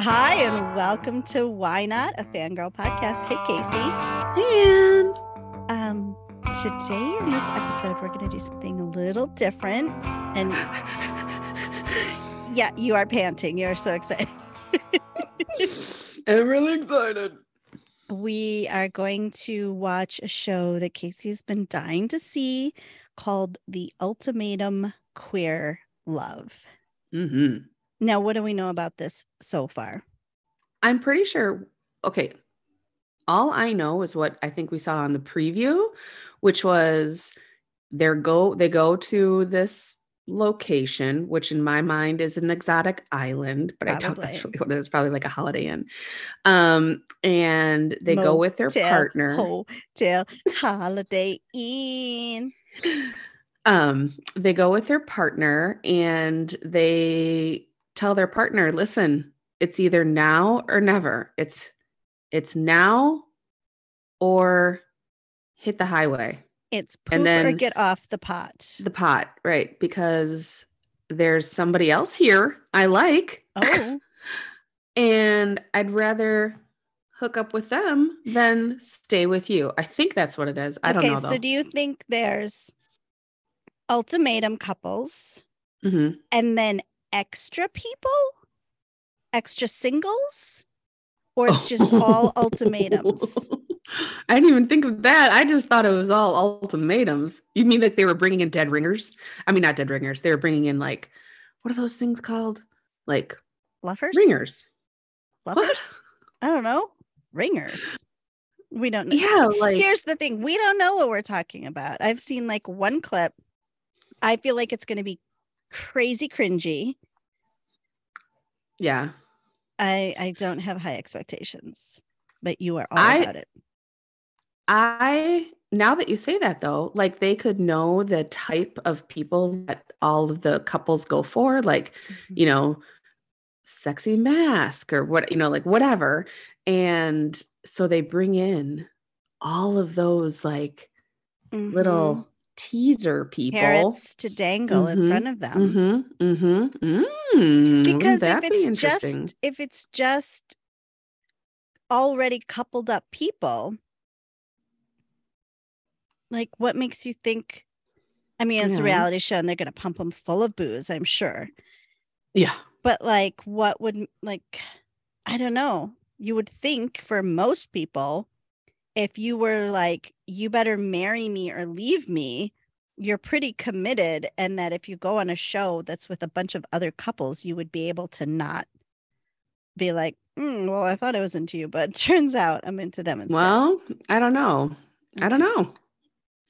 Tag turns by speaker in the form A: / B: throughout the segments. A: Hi, and welcome to Why Not, a fangirl podcast. Hey, Casey.
B: And
A: Um, today in this episode, we're going to do something a little different. And yeah, you are panting. You're so excited.
B: I'm really excited.
A: We are going to watch a show that Casey's been dying to see called The Ultimatum Queer Love.
B: hmm
A: Now, what do we know about this so far?
B: I'm pretty sure. Okay. All I know is what I think we saw on the preview, which was they go they go to this location, which in my mind is an exotic island, but I doubt that's really
A: Probably.
B: what it is. Probably like a Holiday Inn. Um, and they go with their
A: Motel,
B: partner.
A: Hotel Holiday Inn.
B: um, they go with their partner and they tell their partner, listen, it's either now or never. It's it's now or hit the highway,
A: It's poop
B: And
A: or
B: then-
A: get off the pot.
B: the pot, right? Because there's somebody else here I like,
A: Oh,
B: and I'd rather hook up with them than stay with you. I think that's what it is. I
A: okay.
B: don't know though.
A: So, do you think there's ultimatum couples
B: Mhm.
A: and then extra people, extra singles, or it's just all ultimatums?
B: I didn't even think of that. I just thought it was all ultimatums. You mean like they were bringing in dead ringers? I mean, not dead ringers. They were bringing in like, what are those things called? Like
A: Lovers,
B: ringers.
A: lovers. I don't know. Ringers. We don't know.
B: Yeah, like
A: Here's the thing we don't know what we're talking about. I've seen like one clip. I feel like it's going to be crazy cringy.
B: yeah.
A: I I don't have high expectations, but you are all
B: I-
A: about it.
B: I now that you say that though, like they could know the type of people that all of the couples go for, like,
A: Mm-hmm.
B: you know, sexy mask or what, you know, like whatever. And so they bring in all of those like little
A: Mhm.
B: teaser people.
A: carrots Mm-hmm. to dangle in
B: Mhm,
A: front of them.
B: Mm-hmm. Mm-hmm. Mm, wouldn't
A: Because if
B: that be
A: it's
B: interesting?
A: just if it's just already coupled up people, like what makes you think? I mean, it's a
B: Yeah.
A: reality show, and they're going to pump them full of booze, I'm sure.
B: yeah.
A: But like, what would like? I don't know. You would think for most people, if you were like, you better marry me or leave me, you're pretty committed. And that if you go on a show that's with a bunch of other couples, you would be able to not be like, "Mm, well, I thought I was into you, but turns out I'm into them instead.
B: Well, I don't know. I don't know.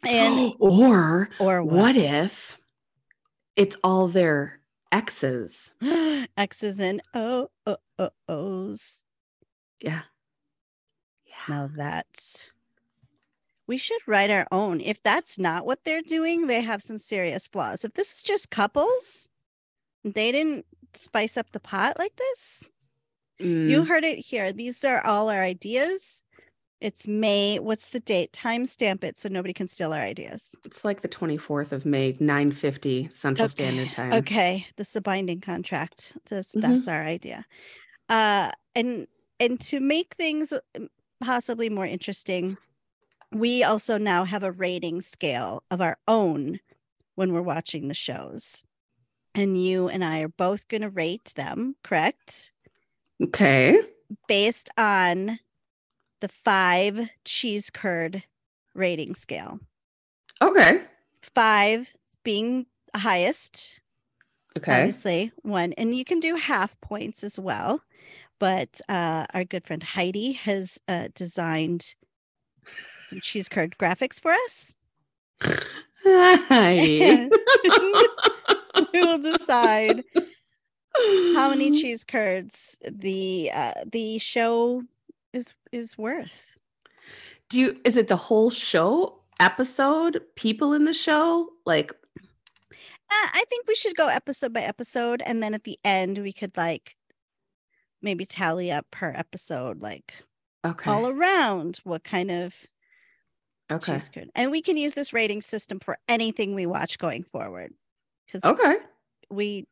A: and
B: or
A: or
B: what?
A: what,
B: if it's all their exes?
A: X's and O O O O's.
B: Yeah. Yeah.
A: Now that's we should write our own. If that's not what they're doing, they have some serious flaws. If this is just couples, they didn't spice up the pot like this. You
B: Mm,
A: heard it here. These are all our ideas. It's May. What's the date? Timestamp it so nobody can steal our ideas.
B: it's like the 24th of May, 950 Central
A: Okay.
B: Standard Time.
A: Okay, this is a binding contract. This
B: Mhm.
A: that's our idea. Uh and and to make things um, possibly more interesting, we also now have a rating scale of our own when we're watching the shows. And you and I are both going to rate them, correct?
B: Okay.
A: Based on the 5 cheese curd rating scale.
B: Okay.
A: 5 being the highest
B: Okay.
A: obviously one and you can do half points as well but uh, our good friend heidi has uh, designed some cheese curd graphics for us
B: Hi.
A: and we will decide how many cheese curds the uh, the show is is worth
B: do you is it the whole show episode people in the show like
A: uh, i think we should go episode by episode and then at the end we could like maybe tally up per episode like
B: okay
A: all around what kind of
B: okay
A: She's good. And we can use this rating system for anything we watch going forward. Because
B: okay
A: we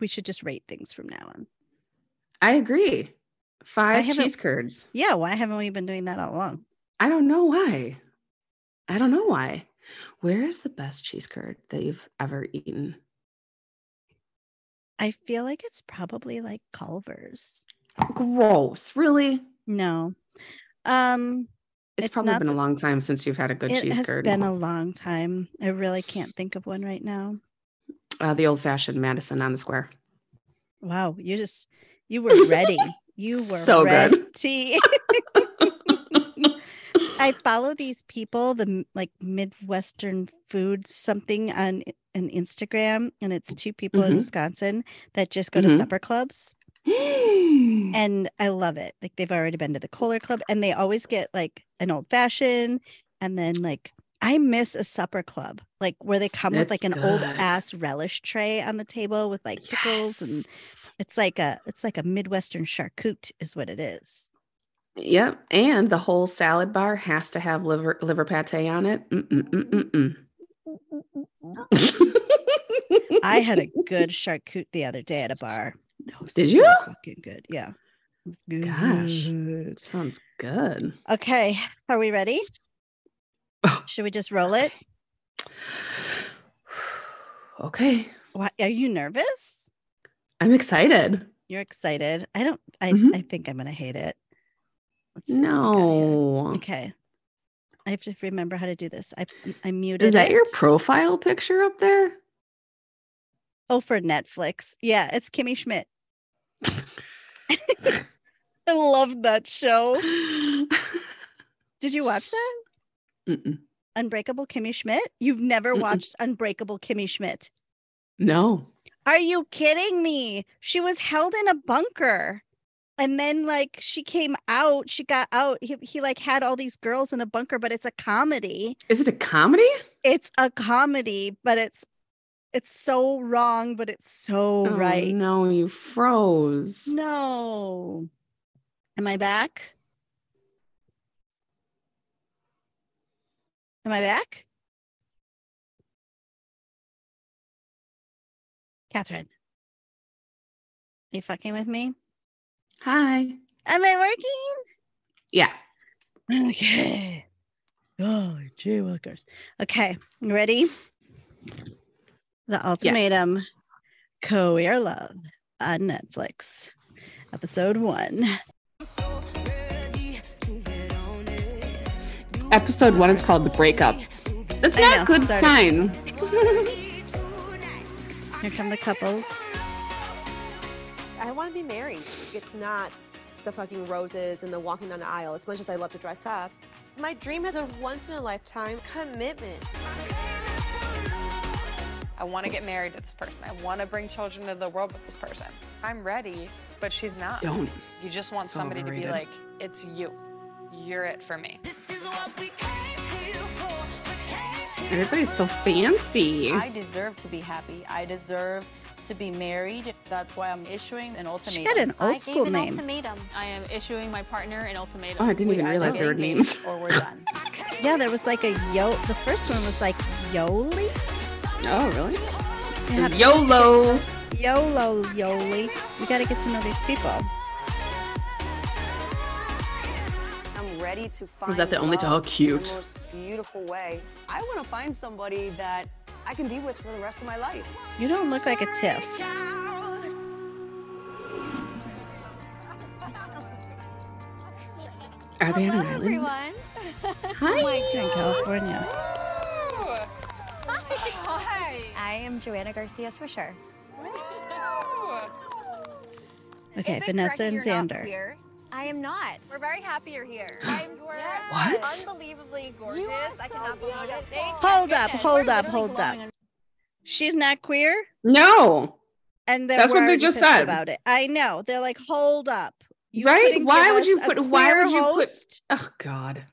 A: we should just rate things from now on.
B: I agree.
A: I
B: Five
A: haven't-
B: cheese curds.
A: Yeah, why haven't we been doing that all along?
B: I don't know why. I don't know why. Where is the best cheese curd that you've ever eaten?
A: I feel like it's probably like Culver's.
B: Gross. Really?
A: No. Um
B: It's,
A: It's
B: probably
A: not
B: been a
A: the-
B: long time since you've had a good
A: it
B: cheese
A: has
B: curd.
A: been a long time. I really can't think of one right now.
B: uh, the old fashioned Madison on the square.
A: Wow, you just you were ready. You were
B: So good.
A: ready. I follow these people, the m- like Midwestern food something on i- an Instagram, and it's two people in
B: Mhm.
A: Wisconsin that just go to
B: Mhm.
A: supper clubs,
B: and
A: and I love it. Like they've already been to the Kohler Club, and they always get like an old fashioned, and then like I miss a supper club, like where they come with
B: That's
A: like an old
B: good.
A: ass relish tray on the table with like pickles, and it's like a it's like a Midwestern charcut is what it is.
B: Yep. And the whole salad bar has to have liver liver pate on it. Mm-mm-mm-mm-mm.
A: I had a good charcut the other day at a bar. It was
B: Did
A: so
B: you?
A: Fucking good. Yeah. It was good.
B: Gosh. Sounds good.
A: Okay. Are we ready?
B: Oh.
A: Should we just roll it?
B: Okay.
A: Why, are you nervous?
B: I'm excited.
A: You're excited. I don't. I.
B: Mhm.
A: I think I'm gonna hate it. Let's see what we got here.
B: No.
A: Okay. I have to remember how to do this. I. I muted.
B: Is that your
A: it.
B: profile picture up there?
A: Oh, for Netflix. Yeah, it's Kimmy Schmidt. I love that show. Did you watch that?
B: Mm-mm.
A: Unbreakable Kimmy Schmidt? You've never
B: Mm-mm.
A: watched Unbreakable Kimmy Schmidt.
B: No.
A: Are you kidding me? She was held in a bunker. And then like she came out, she got out. He, he like had all these girls in a bunker, but it's a comedy.
B: Is it a comedy?
A: It's a comedy, but it's it's so wrong, but it's
B: Oh,
A: so right.
B: No, you froze.
A: No. Am I back? Am I back? Catherine. Are you fucking with me?
B: Hi.
A: Am I working?
B: Yeah.
A: Okay. Oh, gee willikers. Okay, you ready? The ultimatum Queer Love on Netflix. Episode one.
B: Episode one is called The Breakup. That's
A: I
B: not
A: know,
B: a good
A: sorry.
B: sign.
A: Here come the couples.
C: I want to be married. It's not the fucking roses and the walking down the aisle as much as I love to dress up. My dream has a once in a lifetime commitment.
D: I want to get married to this person. I want to bring children into the world with this person. I'm ready, but she's not.
B: Don't.
D: You just want
B: So
D: somebody to
B: overrated.
D: be like, it's you. You're it for me.
B: Everybody's so fancy.
E: I deserve to be happy. I deserve to be married. That's why I'm issuing an ultimatum.
A: She got an
F: I
A: old
F: gave
A: school
F: an
A: name.
F: Ultimatum. I am issuing my partner an ultimatum.
B: Oh, I didn't
E: We
B: even
E: either
B: realize there were
E: get
B: names.
E: engaged Or we're done.
A: Yeah, there was like a yo. The first one was like Yoli.
B: Oh, really?
A: Yeah,
B: YOLO.
A: Yolo Yoli. You got to get to know these people.
G: I'm ready to find.
B: that the only
G: love
B: dog?
G: in
B: Cute.
G: The most beautiful way. I want to find somebody that I can be with for the rest of my life.
A: You don't look like a tiff.
B: Are they on
F: Hello,
B: an island?
F: everyone.
B: Hi.
A: Here in California.
D: Hi.
F: I am Joanna Garcia Swisher.
A: Okay, Vanessa and Xander.
F: I am not.
H: We're very happy you're here. I'm
B: What?
H: unbelievably gorgeous. I cannot believe it. Thank
A: Hold up, hold up, hold up. She's not queer,
B: No.
A: and then
B: That's
A: we're
B: what they
A: already
B: just
A: pissed
B: said.
A: about it. I know. They're like, hold up. You
B: Right?
A: couldn't
B: Why
A: give
B: would you
A: us a
B: put- why
A: queer
B: would you put-
A: host?
B: Oh, God.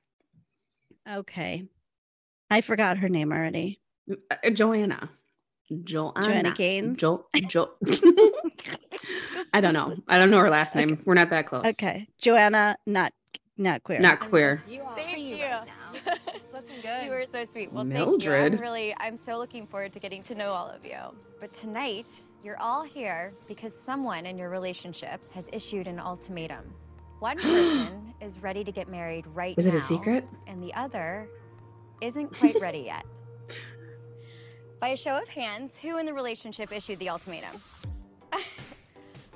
A: Okay, I forgot her name already.
B: Uh, Joanna. Joanna.
A: Gaines?
B: Jo- jo- I don't know. I don't know her last name. We're not that close.
A: Okay, Joanna, not not queer.
B: Not quear.
H: you.
F: Thank you.
H: It's looking You were so sweet. Well,
B: Mildred.
H: thank you. I'm really, I'm so looking forward to getting to know all of you. But tonight, you're all here because someone in your relationship has issued an ultimatum. One person is ready to get married right
B: Was
H: now.
B: it a secret?
H: And the other isn't quite ready yet. By a show of hands, who in the relationship issued the ultimatum?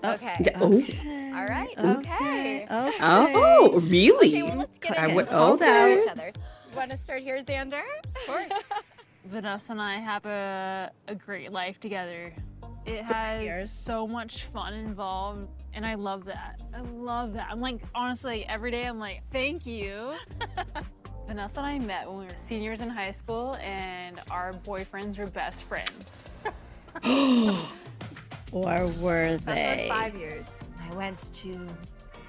A: Oh,
H: okay.
B: Yeah, Uh, Oh,
A: Okay.
H: All right.
A: Okay.
H: Okay.
A: Okay.
B: oh, really?
H: Okay, well, let's get
B: I
H: into
B: would-
H: it. Let's get into
B: okay.
H: each other. Want to start here, Xander?
I: Vanessa and I have a, a great life together. It has
A: years.
I: so much fun involved, and I love that. I love that. I'm like, honestly, every day I'm like, thank you. Vanessa and I met when we were seniors in high school, and our boyfriends were best friends.
A: Or were
H: Fast forward
A: they?
H: five years.
J: I went to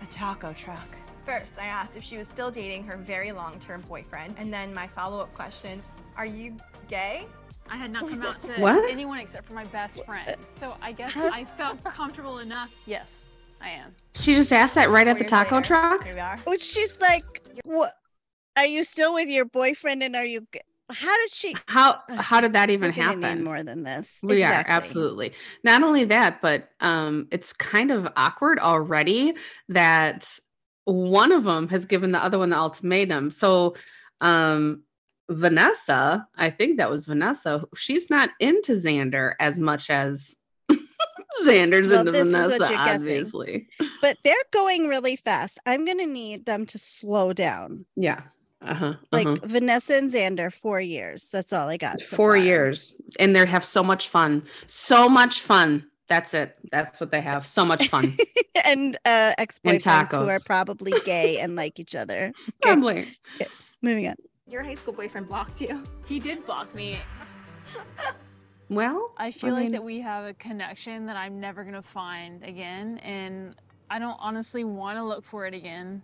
J: a taco truck. First, I asked if she was still dating her very long term boyfriend. And then my follow up question Are you gay?
I: I had not come out to
B: What?
I: anyone except for my best friend. So I guess
A: Huh?
I: I felt comfortable enough. Yes, I am.
B: She just asked that right at the
J: Four years
B: taco
J: later,
B: truck.
J: Here we are.
A: Which she's like, what? Are you still with your boyfriend? And are you? g- How did she?
B: How
A: Ugh,
B: Uh, how did that even
A: We're gonna need
B: happen?
A: more than this.
B: We
A: Exactly.
B: are absolutely. Not only that, but um, it's kind of awkward already that one of them has given the other one the ultimatum. So, um, Vanessa, I think that was Vanessa. She's not into Xander as much as Xander's
A: Well,
B: into
A: this is
B: Vanessa,
A: what you're guessing.
B: obviously.
A: But they're going really fast. I'm gonna need them to slow down.
B: Yeah. Uh huh.
A: Like Vanessa and Xander, four years. That's all I got. so
B: four
A: far.
B: years and they have so much fun so much fun that's it that's what they have so much fun
A: and uh, ex-boyfriends who are
B: tacos.
A: probably gay and like each other.
B: probably
A: Moving on.
J: Your high school boyfriend blocked you.
I: He did block me,
B: well
I: I feel
B: mean-
I: like that we have a connection that I'm never gonna find again, and I don't honestly want to look for it again.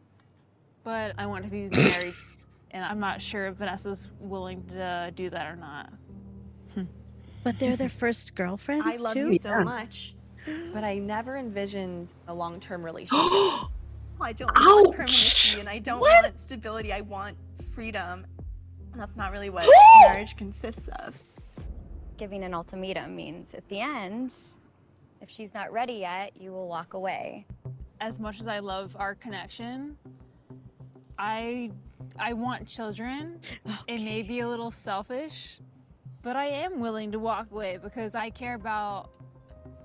I: But I want to be married, and I'm not sure if Vanessa's willing to do that or not.
A: But they're their first girlfriends
J: I love
A: too.
J: you so
B: Yeah.
J: much, but I never envisioned a long term relationship. I don't
B: Ouch.
J: want permanency and I don't
A: What?
J: want stability. I want freedom. And that's not really what marriage consists of.
H: Giving an ultimatum means at the end, if she's not ready yet, you will walk away.
I: As much as I love our connection, I I want children. It may be a little selfish, but I am willing to walk away because I care about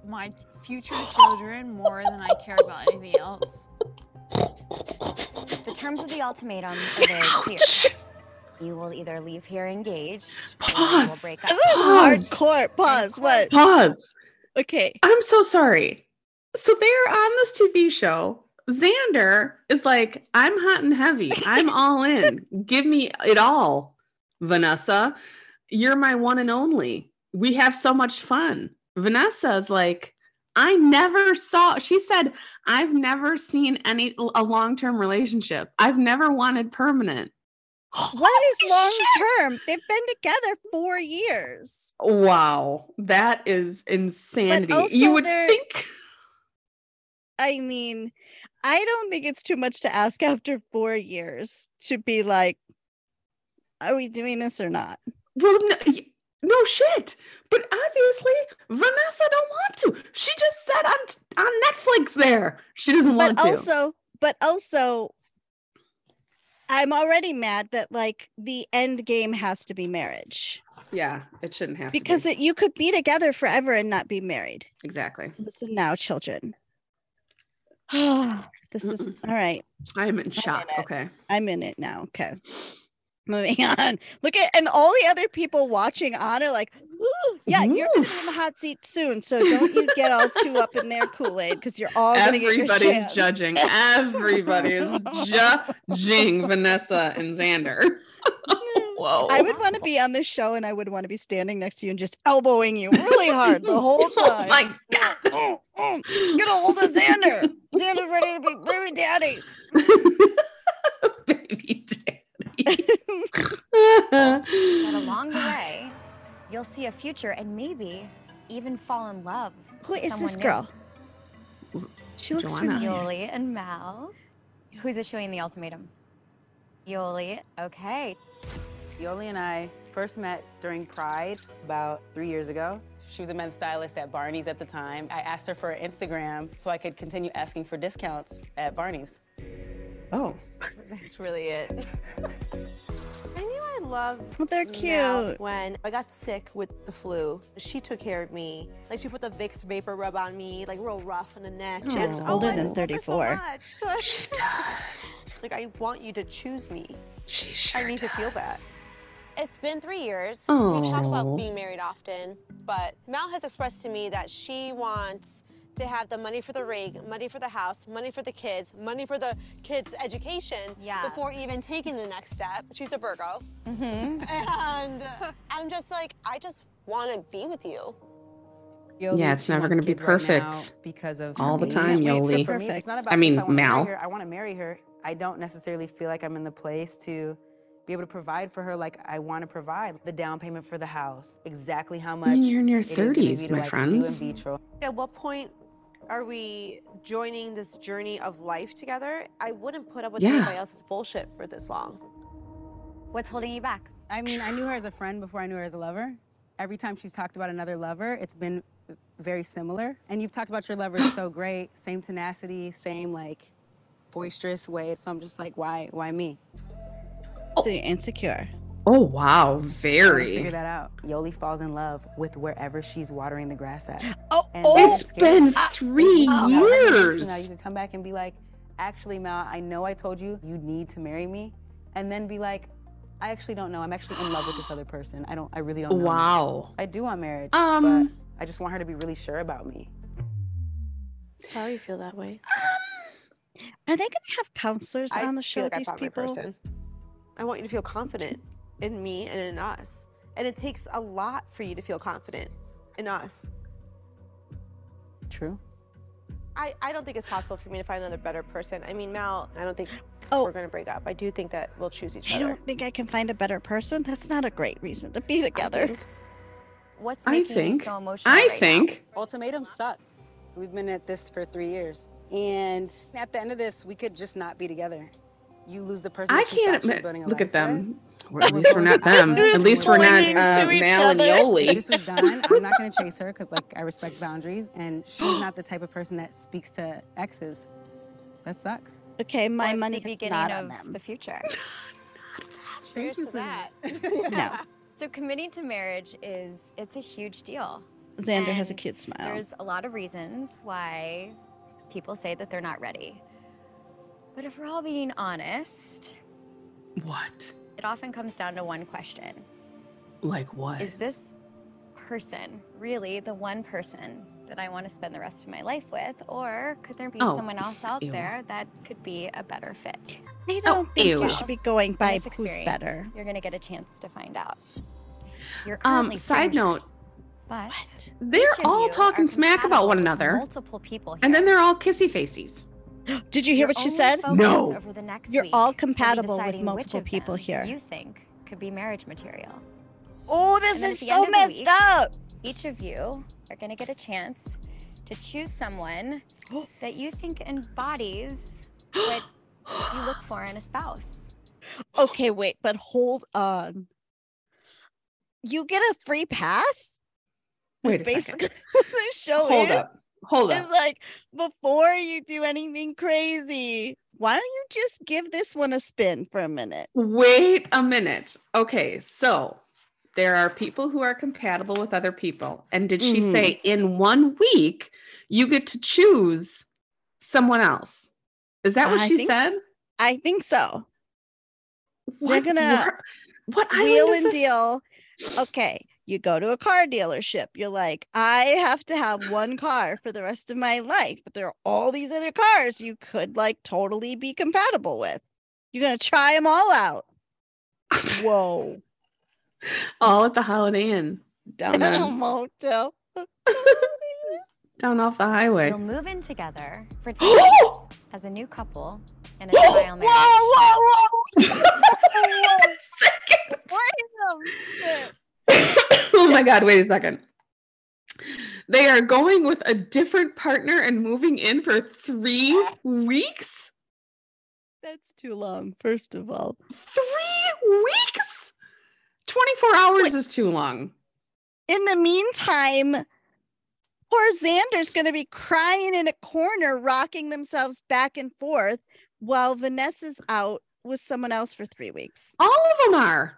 I: my future children more than I care about anything else.
H: The terms of the ultimatum are very clear. You will either leave here engaged, or you will
B: Pause.
H: break
A: This
H: up.
A: is hardcore. Pause. What?
B: pause
A: Okay.
B: i'm so sorry so they're on this tv show xander is like i'm hot and heavy i'm all in give me it all vanessa you're my one and only we have so much fun vanessa's like i never saw she said i've never seen any a long-term relationship i've never wanted permanent
A: What is
B: Holy
A: long
B: shit.
A: term? They've been together four years.
B: Wow, that is insanity.
A: also
B: you would
A: there-
B: think
A: I mean, I don't think it's too much to ask after four years to be like, are we doing this or not?
B: Well, no, y- no shit. But obviously, Vanessa don't want to. She just said on t- on Netflix there she doesn't want
A: But
B: to.
A: also, but also, I'm already mad that like the end game has to be marriage
B: yeah, it shouldn't have to
A: because
B: be.
A: it, you could be together forever and not be married.
B: exactly.
A: Listen now, children. this is all right.
B: I am in shock.
A: it.
B: Okay,
A: I'm in it now. Okay. Moving on. Look at and all the other people watching on are like, "Ooh, yeah, you're gonna be in the
B: Oof.
A: hot seat soon. So don't you get all too up in their Kool-Aid because you're all gonna get your
B: everybody's
A: chance."
B: judging. Everybody's judging Vanessa and Xander. Whoa.
A: I would want to be on this show and I would want to be standing next to you and just elbowing you really hard the whole
B: Oh
A: time.
B: my
A: Oh, oh,
B: god.
A: get a hold of Xander. Xander's ready to be baby daddy.
B: Baby
H: But
B: daddy.
H: along the way, you'll see a future and maybe even fall in love.
A: Who
H: with
A: is this
H: someone
A: girl? She looks
H: new.
B: Joanna.
A: familiar.
H: Yoli and Mal. Who's issuing the ultimatum? Yoli. Okay.
K: Yoli and I first met during Pride about three years ago. She was a men's stylist at Barney's at the time. I asked her for her Instagram so I could continue asking for discounts at Barney's.
B: Oh.
J: That's really it.
C: I knew I loved
A: they're
C: Mel
A: cute.
C: when I got sick with the flu. She took care of me. Like she put the Vicks vapor rub on me, like real rough on the neck.
A: She looks older than 34.
C: she does. Like I want you to choose me. She I need to feel that. It's been three years. We talk
L: Aw.
C: about being married often, but Mel has expressed to me that she wants to have the money for the rig, money for the house, money for the kids, money for the kids' education before even taking the next step. She's a Virgo. And I'm just like, I just want to be with you.
B: Yeah, it's
K: she
B: never
K: wants
B: going to be
K: kids right now
B: perfect.
K: because of
B: all the
K: me.
B: time, Yoli.
K: For me, it's not about
B: I
K: if
B: mean,
K: wanna marry
B: Mal.
K: her. I want to marry her. I don't necessarily feel like I'm in the place to be able to provide for her like I want to provide the down payment for the house, exactly how much.
B: mean, you're in your
K: it is gonna be
B: 30s, my
K: to, like, Do in
B: friends.
K: vitro.
C: At what point are we joining this journey of life together? I wouldn't put up with
K: Yeah.
C: anybody else's bullshit for this long.
H: What's holding you back?
K: I mean, I knew her as a friend before I knew her as a lover. Every time she's talked about another lover, it's been very similar. And you've talked about your lovers so great, same tenacity, same like boisterous way. So I'm just like, why, why me?
A: So you're insecure.
B: Oh, wow.
K: Gotta
B: Very.
K: Figure that out. Yoli falls in love with wherever she's watering the grass at.
A: Oh,
B: oh, It's been three years.
K: Now you could come back and be like, actually, Mal, I know I told you you need to marry me, and then be like, I actually don't know. I'm actually in love with this other person. I don't. I really don't. Know.
B: Wow.
K: I do want marriage,
B: Um,
K: but I just want her to be really sure about me.
C: Sorry you feel that way.
A: Are they going to have counselors
C: I
A: on the show?
C: feel like I
A: these
C: found my
A: people.
C: person. I want you to feel confident in me and in us. And it takes a lot for you to feel confident in us.
K: True.
C: I, I don't think it's possible for me to find another better person. I mean, Mal, I don't think we're going to break up. I do think that we'll choose each
A: Oh. I
C: other.
A: don't think I can find a better person. That's not a great reason to be together.
H: What's
A: I making you think- so emotional I right now? think-
K: ultimatums suck. We've been at this for three years, and at the end of this, we could just not be together. You lose the person.
B: I
K: that you
B: can't
K: thought you were
B: admit-
K: building a
B: look
K: life
B: at them. Or at
K: We're
B: least we're
K: going
B: not them.
K: to-
B: At least we're not uh, Mal and Yoli.
K: This is done. I'm not gonna chase her because like I respect boundaries, and she's not the type of person that speaks to exes. That sucks.
A: Okay, my
H: What's
A: money
H: the
A: gets
H: beginning
A: not
H: of
A: on them.
H: the future?
K: Cheers
C: to that.
A: No.
H: So committing to marriage is it's a huge deal.
A: Xander has a
H: And
A: cute smile.
H: There's a lot of reasons why people say that they're not ready. But if we're all being honest,
B: what?
H: It often comes down to one question.
B: Like what?
H: Is this person really the one person that I want to spend the rest of my life with? Or could there be
A: Oh,
H: someone else out
A: ew.
H: there that could be a better fit?
A: I don't think
H: ew.
A: you should be going
H: By
A: by who's better.
H: You're going to get a chance to find out. You're
B: Um,
H: currently
B: side note,
H: But
B: they're
H: each of
B: all
H: you
B: talking
H: are
B: smack about
H: compatible with
B: one another.
H: Multiple people here.
B: And then they're all kissy faces.
A: Did you hear what she said?
H: No. Over the next
A: You're
H: week
A: all
H: will be
A: compatible with
H: deciding which
A: multiple
H: of
A: people
H: them
A: here.
H: You think could be marriage material.
A: Oh,
H: And
A: this
H: then
A: is
H: at the
A: so
H: end of the
A: messed
H: week,
A: up.
H: Each of you are going to get a chance to choose someone that you think embodies what you look for in a spouse.
A: Okay, wait, but hold on. You get a free pass?
B: Wait a
A: Basically, the show
B: Hold
A: is.
B: up. Hold up.
A: It's like before you do anything crazy, why don't you just give this one a spin for a minute?
B: Wait a minute. Okay, so there are people who are compatible with other people. And did she
A: Mhm.
B: say in one week you get to choose someone else? Is that what
A: I
B: she
A: think
B: said?
A: s- I think so.
B: What
A: They're gonna
B: wor- what island
A: wheel
B: is
A: and
B: this?
A: deal. Okay, you go to a car dealership. You're like, I have to have one car for the rest of my life, but there are all these other cars you could like totally be compatible with. You're gonna try them all out. Whoa.
B: All at the Holiday Inn down
A: Oh
B: on,
A: Motel.
B: down off the highway.
H: You'll move in together for three years as a new couple in a trial marriage.
B: oh my god, wait a second. They are going with a different partner and moving in for three weeks?
A: That's too long, first of all.
B: Three weeks? 24 hours is too long.
A: In the meantime, poor Xander's going to be crying in a corner, rocking themselves back and forth while Vanessa's out with someone else for three weeks.
B: All of them are.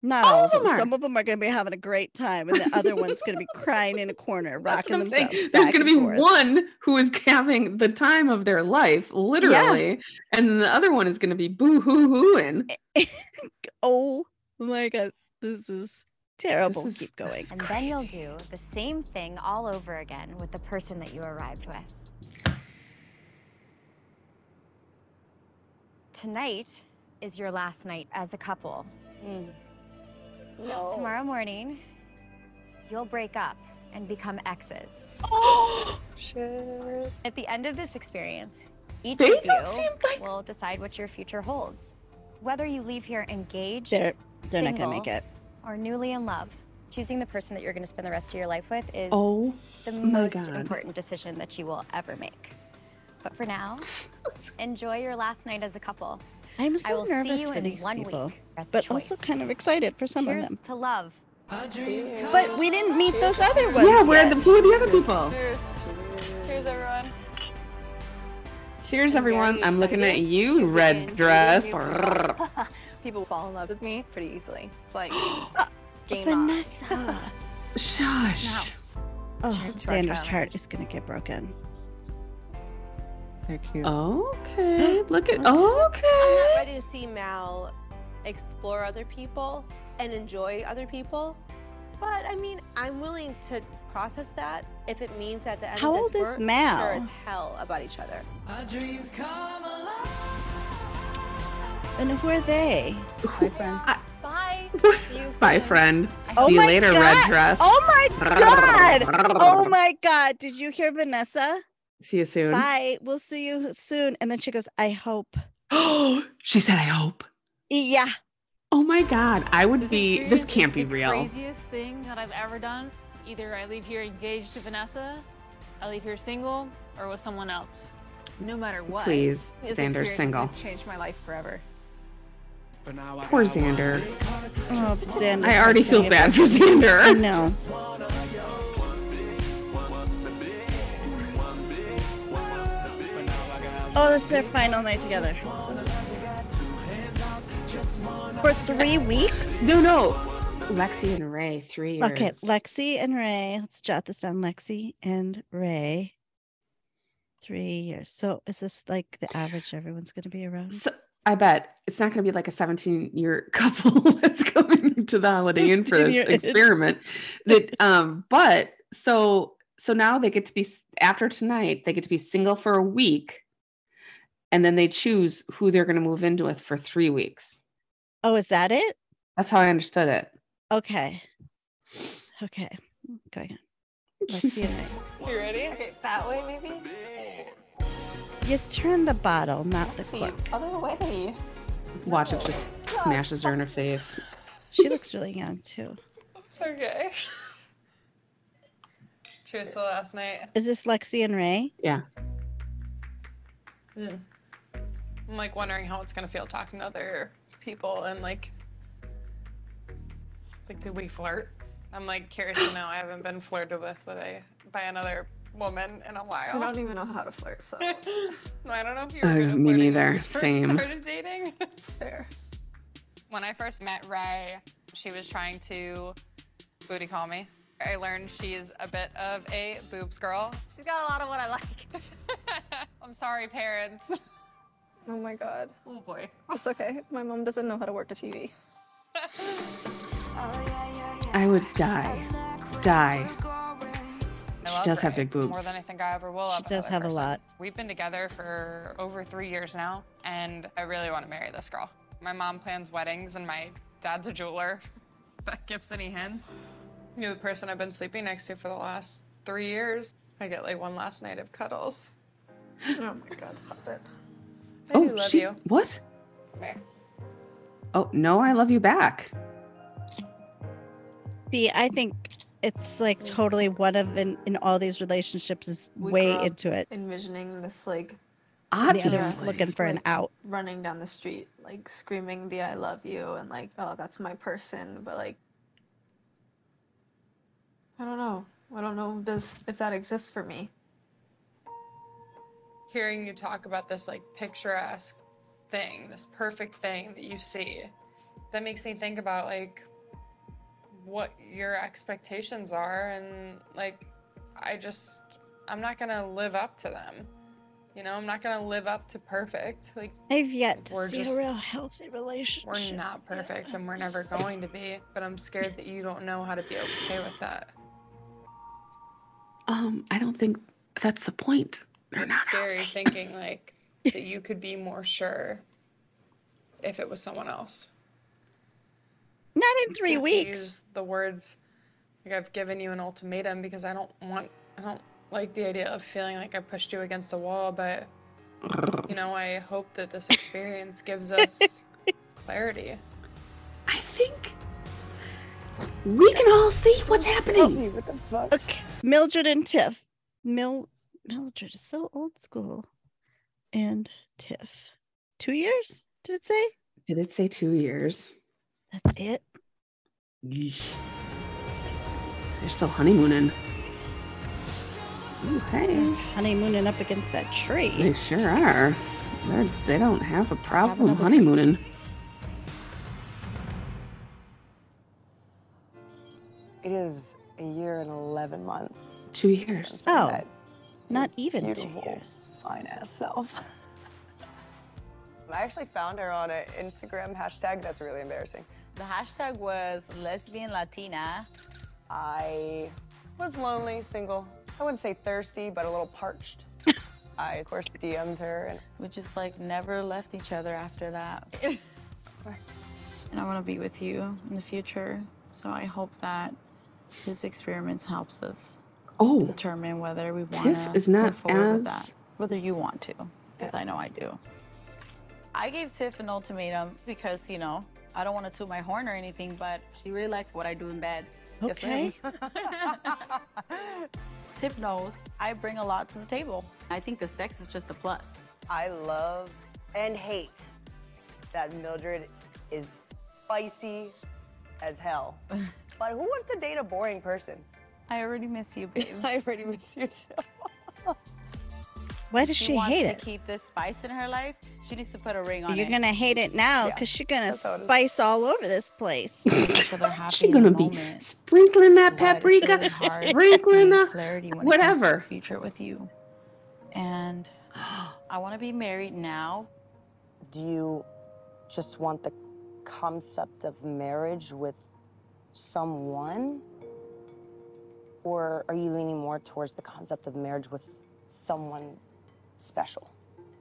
A: Not all, of them. Some of them are going to be having a great time, and the other one's going to be crying in a corner,
B: That's
A: rocking
B: what I'm saying.
A: themselves.
B: There's
A: back
B: going to
A: and
B: be
A: forth.
B: one who is having the time of their life, literally, and then the other one is going to be boo hoo hooing.
A: Oh my god, this is terrible.
B: This is-
A: Keep going.
H: And then you'll do the same thing all over again with the person that you arrived with. Tonight is your last night as a couple.
F: Hmm. Oh.
H: Tomorrow morning, you'll break up and become exes. At the end of this experience, each
F: They
H: of you
F: don't seem
H: will decide what your future holds. Whether you leave here engaged,
A: They're they're not
H: single,
A: going to make it.
H: or newly in love, choosing the person that you're going to spend the rest of your life with is
A: Oh
H: the
A: my
H: most
A: God.
H: important decision that you will ever make. But for now, enjoy your last night as a couple.
A: I'm so
H: I will
A: nervous
H: see you
A: for
H: in
A: these
H: one
A: people,
H: week.
A: but also kind of excited for some
H: Cheers
A: of them.
H: to love.
A: But we didn't meet those other ones.
B: Yeah, where are
A: yet.
B: the, who are the other people?
D: Cheers. Cheers, everyone.
B: Cheers, everyone. I'm looking at you, red dress. Brrr.
J: People fall in love with me pretty easily. It's like game
A: Vanessa.
B: Shush.
J: to our
A: Oh, Xander's
J: trial
A: heart is going to get broken.
K: They're cute.
B: Okay. Look at.
C: I'm
B: Okay.
C: not ready to see Mal explore other people and enjoy other people. But I mean, I'm willing to process that if it means at the end
A: How
C: of
A: old
C: this,
A: is
C: we're
A: Mal?
C: sure as hell about each other.
A: And who are they?
B: My friends.
F: Bye. See you
B: Bye,
F: soon.
B: friend. See
A: Oh
B: you
A: my
B: later, red
A: God.
B: dress.
A: Oh my god! Oh my god! Did you hear Vanessa?
B: See you soon.
A: Bye. We'll see you soon. And then she goes, "I hope."
B: Oh, she said, I hope.
A: Yeah.
B: Oh my God. I would be. This
I: experience
B: can't
I: is
B: be
I: the
B: real.
I: Craziest thing that I've ever done. Either I leave here engaged to Vanessa, I leave here single, or with someone else.
J: No matter what.
B: Please, Xander's single.
J: Changed my life forever.
B: Poor Xander.
A: Oh, Xander.
B: I already feel
A: Okay.
B: bad for Xander.
A: I know. Oh, this is their final night together. For three weeks?
B: No, no. Lexi and Ray, three years.
A: Okay, Lexi and Ray. Let's jot this down. Lexi and Ray. Three years. So is this like the average everyone's going to be around?
B: So I bet it's not going to be like a 17 year couple that's coming to the Holiday Inn for
A: 17
B: this
A: year-
B: experiment. That, um, but so so now they get to be s- after tonight they get to be single for a week, and then they choose who they're going to move in with for three weeks.
A: Oh, is that it?
B: That's how I understood it.
A: Okay. Okay. Going on. Lexi and Ray.
J: You ready? Okay, that way maybe?
A: You turn the bottle, not the cork.
J: Other way.
B: Watch it just smashes her in her face.
A: She looks really young too.
D: Okay. Cheers to last night.
A: Is this Lexi and Ray?
B: Yeah.
D: Hmm. I'm like wondering how it's gonna feel talking to other people and like, like did we flirt? I'm like curious to know. I haven't been flirted with with a by another woman in a while.
J: I don't even know how to flirt, so.
D: I don't know if you were
B: Uh,
D: good at flirting
B: me
D: when
B: neither.
D: we first
B: Same.
D: started dating. It's fair. When I first met Ray, she was trying to booty call me. I learned she's a bit of a boobs girl.
J: She's got a lot of what I like.
D: I'm sorry, parents.
J: Oh my god.
D: Oh boy.
J: It's okay. My mom doesn't know how to work a TV.
B: I would die, die.
D: I
B: She
D: love
B: does have
D: Ray
B: big boobs.
D: More than I think I ever will.
A: She does have a lot.
D: We've been together for over three years now, and I really want to marry this girl. My mom plans weddings, and my dad's a jeweler. If that gives any hints. You're the person I've been sleeping next to for the last three years. I get like one last night of cuddles.
J: Oh my god, stop it.
D: I do
B: Oh,
D: love
B: she's
D: you.
B: what?
D: Come here.
B: Oh no, I love you back.
A: See, I think it's like totally one of in, in all these relationships is
J: We
A: way
J: grew up
A: into it.
J: Envisioning this like
A: the other one's looking for an out.
L: running down the street, like screaming the I love you and like, oh, that's my person. But like, I don't know. I don't know if does if that exists for me.
D: hearing you talk about this like picturesque thing, this perfect thing that you see, that makes me think about like what your expectations are and like I just I'm not going to live up to them. You know, I'm not going to live up to perfect. Like
A: I've yet to
D: We're
A: see
D: just-
A: a real healthy relationship.
D: we're not perfect and we're never
A: Yes.
D: going to be, but I'm scared that you don't know how to be okay with that.
B: Um, I don't think that's the point. They're
D: it's scary thinking like that you could be more sure if it was someone else.
A: Not in
D: You
A: three
D: have to
A: weeks.
D: Use the words like I've given you an ultimatum because I don't want I don't like the idea of feeling like I pushed you against a wall, but you know, I hope that this experience gives us clarity.
B: We can all see
A: what's
B: happening.
A: happening. What the fuck? Okay. Mildred and Tiff. Mil Mildred is so old school. And Tiff. Two years, did it say?
B: Did it say two years?
A: That's it.
B: Yeesh. They're still honeymooning. Ooh, hey.
A: Honeymooning up against that tree.
B: They sure are. They're, they don't have a problem
A: another-
B: honeymooning.
G: It is a year and 11 months.
B: Two years.
A: Oh, not even two
G: beautiful,
A: years.
G: Fine ass self. I actually found her on an Instagram hashtag that's really embarrassing.
E: The hashtag was lesbian Latina.
G: I was lonely, single. I wouldn't say thirsty, but a little parched. I, of course, DM'd her. And
E: we just like never left each other after that. and I want to be with you in the future. So I hope that this experience helps us
B: Oh.
E: determine whether we
B: Tiff
E: want
B: is
E: to
B: not
E: move forward with
B: as-
E: that. Whether you want to, because I know I do. I gave Tiff an ultimatum because, you know, I don't want to toot my horn or anything, but she really likes what I do in bed. Yes, ma'am. Tiff knows I bring a lot to the table. I think the sex is just a plus.
G: I love and hate that Mildred is spicy as hell. but who wants to date a boring person?
E: I already miss you, babe.
G: I already miss you too.
A: Why does she
E: wants
A: hate
E: to
A: it?
E: keep this spice in her life. She needs to put a ring on
A: You're
E: it.
A: gonna hate it now because you're gonna
E: that's how it is.
A: spice all over this place.
B: She's gonna be sprinkling that paprika, sprinkling
E: see
B: the
E: clarity when it comes to
B: whatever.
E: the future with you. And I want to be married now.
G: Do you just want the concept of marriage with someone? Or are you leaning more towards the concept of marriage with someone special?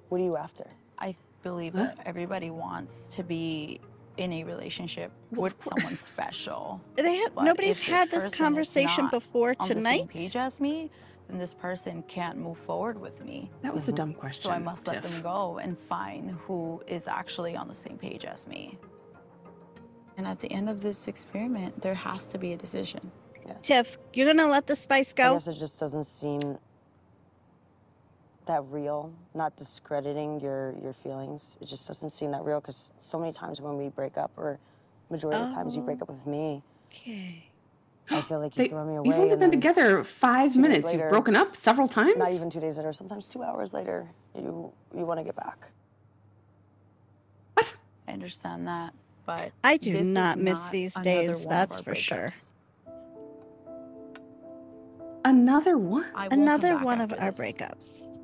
G: What are you after?
E: I believe that everybody wants to be in a relationship with someone special.
A: They have
E: But
A: nobody's
E: if
A: had this
E: person is
A: conversation
E: not
A: before
E: on the same
A: tonight.
E: page as me, then this person can't move forward with me.
B: That was a dumb
E: So I
B: question,
E: must let
B: Tiff.
E: them go and find who is actually on the same page as me. And at the end of this experiment, there has to be a decision.
A: Tiff, you're gonna let the spice
E: go?
G: I guess it just doesn't seem that real. Not discrediting your your feelings. It just doesn't seem that real because so many times when we break up, or majority of the times you break
A: Oh.
G: up with me,
A: okay.
G: I feel like you
B: They,
G: throw me
B: you've
G: away.
B: only
G: and
B: been
G: then
B: together five
G: two days
B: minutes.
G: later-
B: you've broken up several times.
G: Not even two days later. Sometimes two hours later, you you want to get back.
E: I understand that, but
A: I do
E: this is
A: not miss these
E: another
A: days,
E: one of
A: that's
E: our
A: for sure.
E: breakups.
B: Another one.
E: I won't come
A: Another
E: back
A: one of
E: after
A: our
E: this.
A: breakups.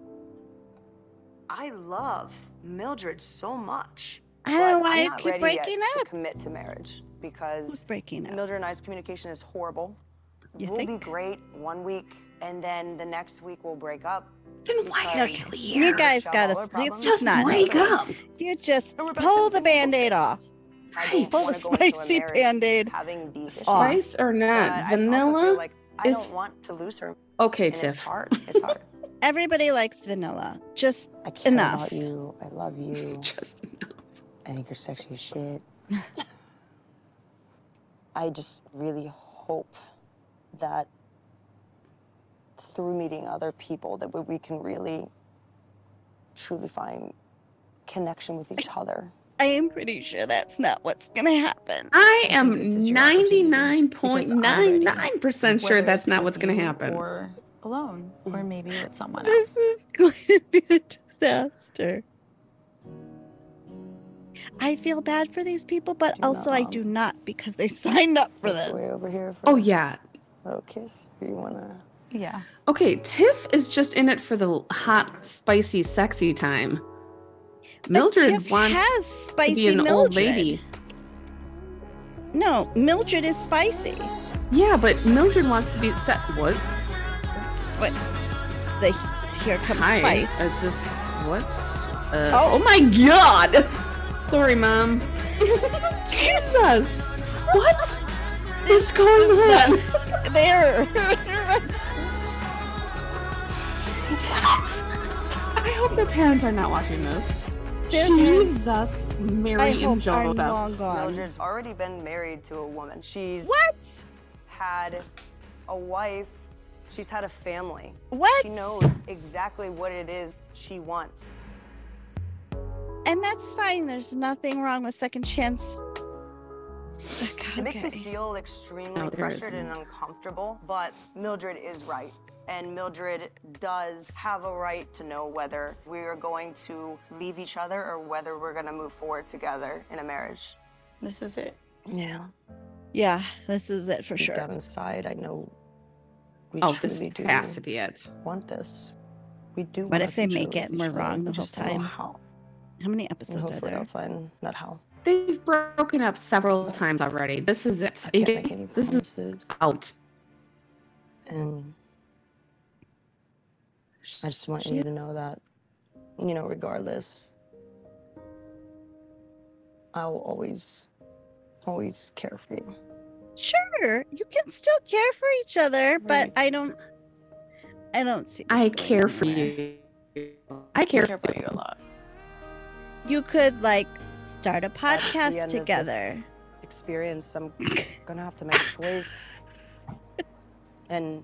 G: I love Mildred so much.
A: I don't know
G: but
A: why
G: I'm
A: you
G: not
A: keep
G: ready
A: breaking
G: yet To commit to marriage because
A: breaking up?
G: Mildred and I's communication is horrible.
A: You
G: we'll
A: think?
G: be great one week, and then the next week we'll break up.
B: Then why
A: Okay, you guys gotta s- let's just not You just pull the band-aid off. Pull the spicy band-aid.
G: Having these
B: Spice or not, vanilla
G: I
B: is
G: don't want to lose her.
B: okay,
G: and
B: Tiff.
G: It's hard. It's hard.
A: Everybody likes vanilla. Just
G: I care
A: enough.
G: about you. I love you.
B: Just
G: I think you're sexy as shit. I just really hope that through meeting other people that we- we can really truly find connection with each other.
A: I am pretty sure that's not what's going to happen.
B: I am 99.99% sure that's not what's going to happen.
E: Or alone, or maybe with someone else.
A: Mm. This is going to be a disaster. I feel bad for these people, but also I do not because they signed up for this.
G: Way over here for
B: Oh, yeah.
G: a little kiss. Or you wanna?
E: Yeah.
B: Okay, Tiff is just in it for the l- hot, spicy, sexy time. Mildred
A: Tiff
B: wants
A: has
B: to
A: spicy
B: be an old
A: Mildred.
B: lady.
A: No, Mildred is spicy.
B: Yeah, but Mildred wants to be set. What?
A: What? The here comes
B: Hi.
A: spice.
B: Is this what's? Uh,
A: Oh.
B: oh. my god! Sorry, mom. Jesus! What is going on?
A: There.
B: I hope their parents are not watching this.
G: Their
B: Jesus, Mary
G: I
B: and
G: hope I'm
B: Joseph.
G: long gone. Mildred's already been married to a woman. She's
A: what?
G: Had a wife. She's had a family.
A: What?
G: She knows exactly what it is she wants.
A: And that's fine. There's nothing wrong with second chance.
G: It makes me feel extremely
A: No, there
G: pressured and
A: isn't.
G: uncomfortable, but Mildred is right. And Mildred does have a right to know whether we are going to leave each other or whether we're going to move forward together in a marriage.
E: This is it.
G: Yeah.
A: Yeah, this is it for sure.
G: Inside, I know we
B: Oh, this
G: truly do
B: has to be it.
G: want this. We do.
A: But
G: want
A: if they
G: future
A: make
G: with
A: it,
G: each
A: we're
G: other,
A: wrong
G: we
A: the whole
G: just don't know
A: time.
G: How.
A: How many
G: And
A: episodes are
G: hopefully,
A: there?
G: I'll find that how.
B: They've broken up several times already. This is it.
G: I can't make
B: They-
G: any
B: this
G: is
B: out.
G: And I just want you to know that, you know, regardless, I will always, always care for you.
A: Sure, you can still care for each other, but I don't. I don't see.
B: I care for you. I care for you a lot.
A: You could like start a
G: At the
A: podcast
G: end of this
A: together.
G: Experience. I'm gonna have to make a choice. And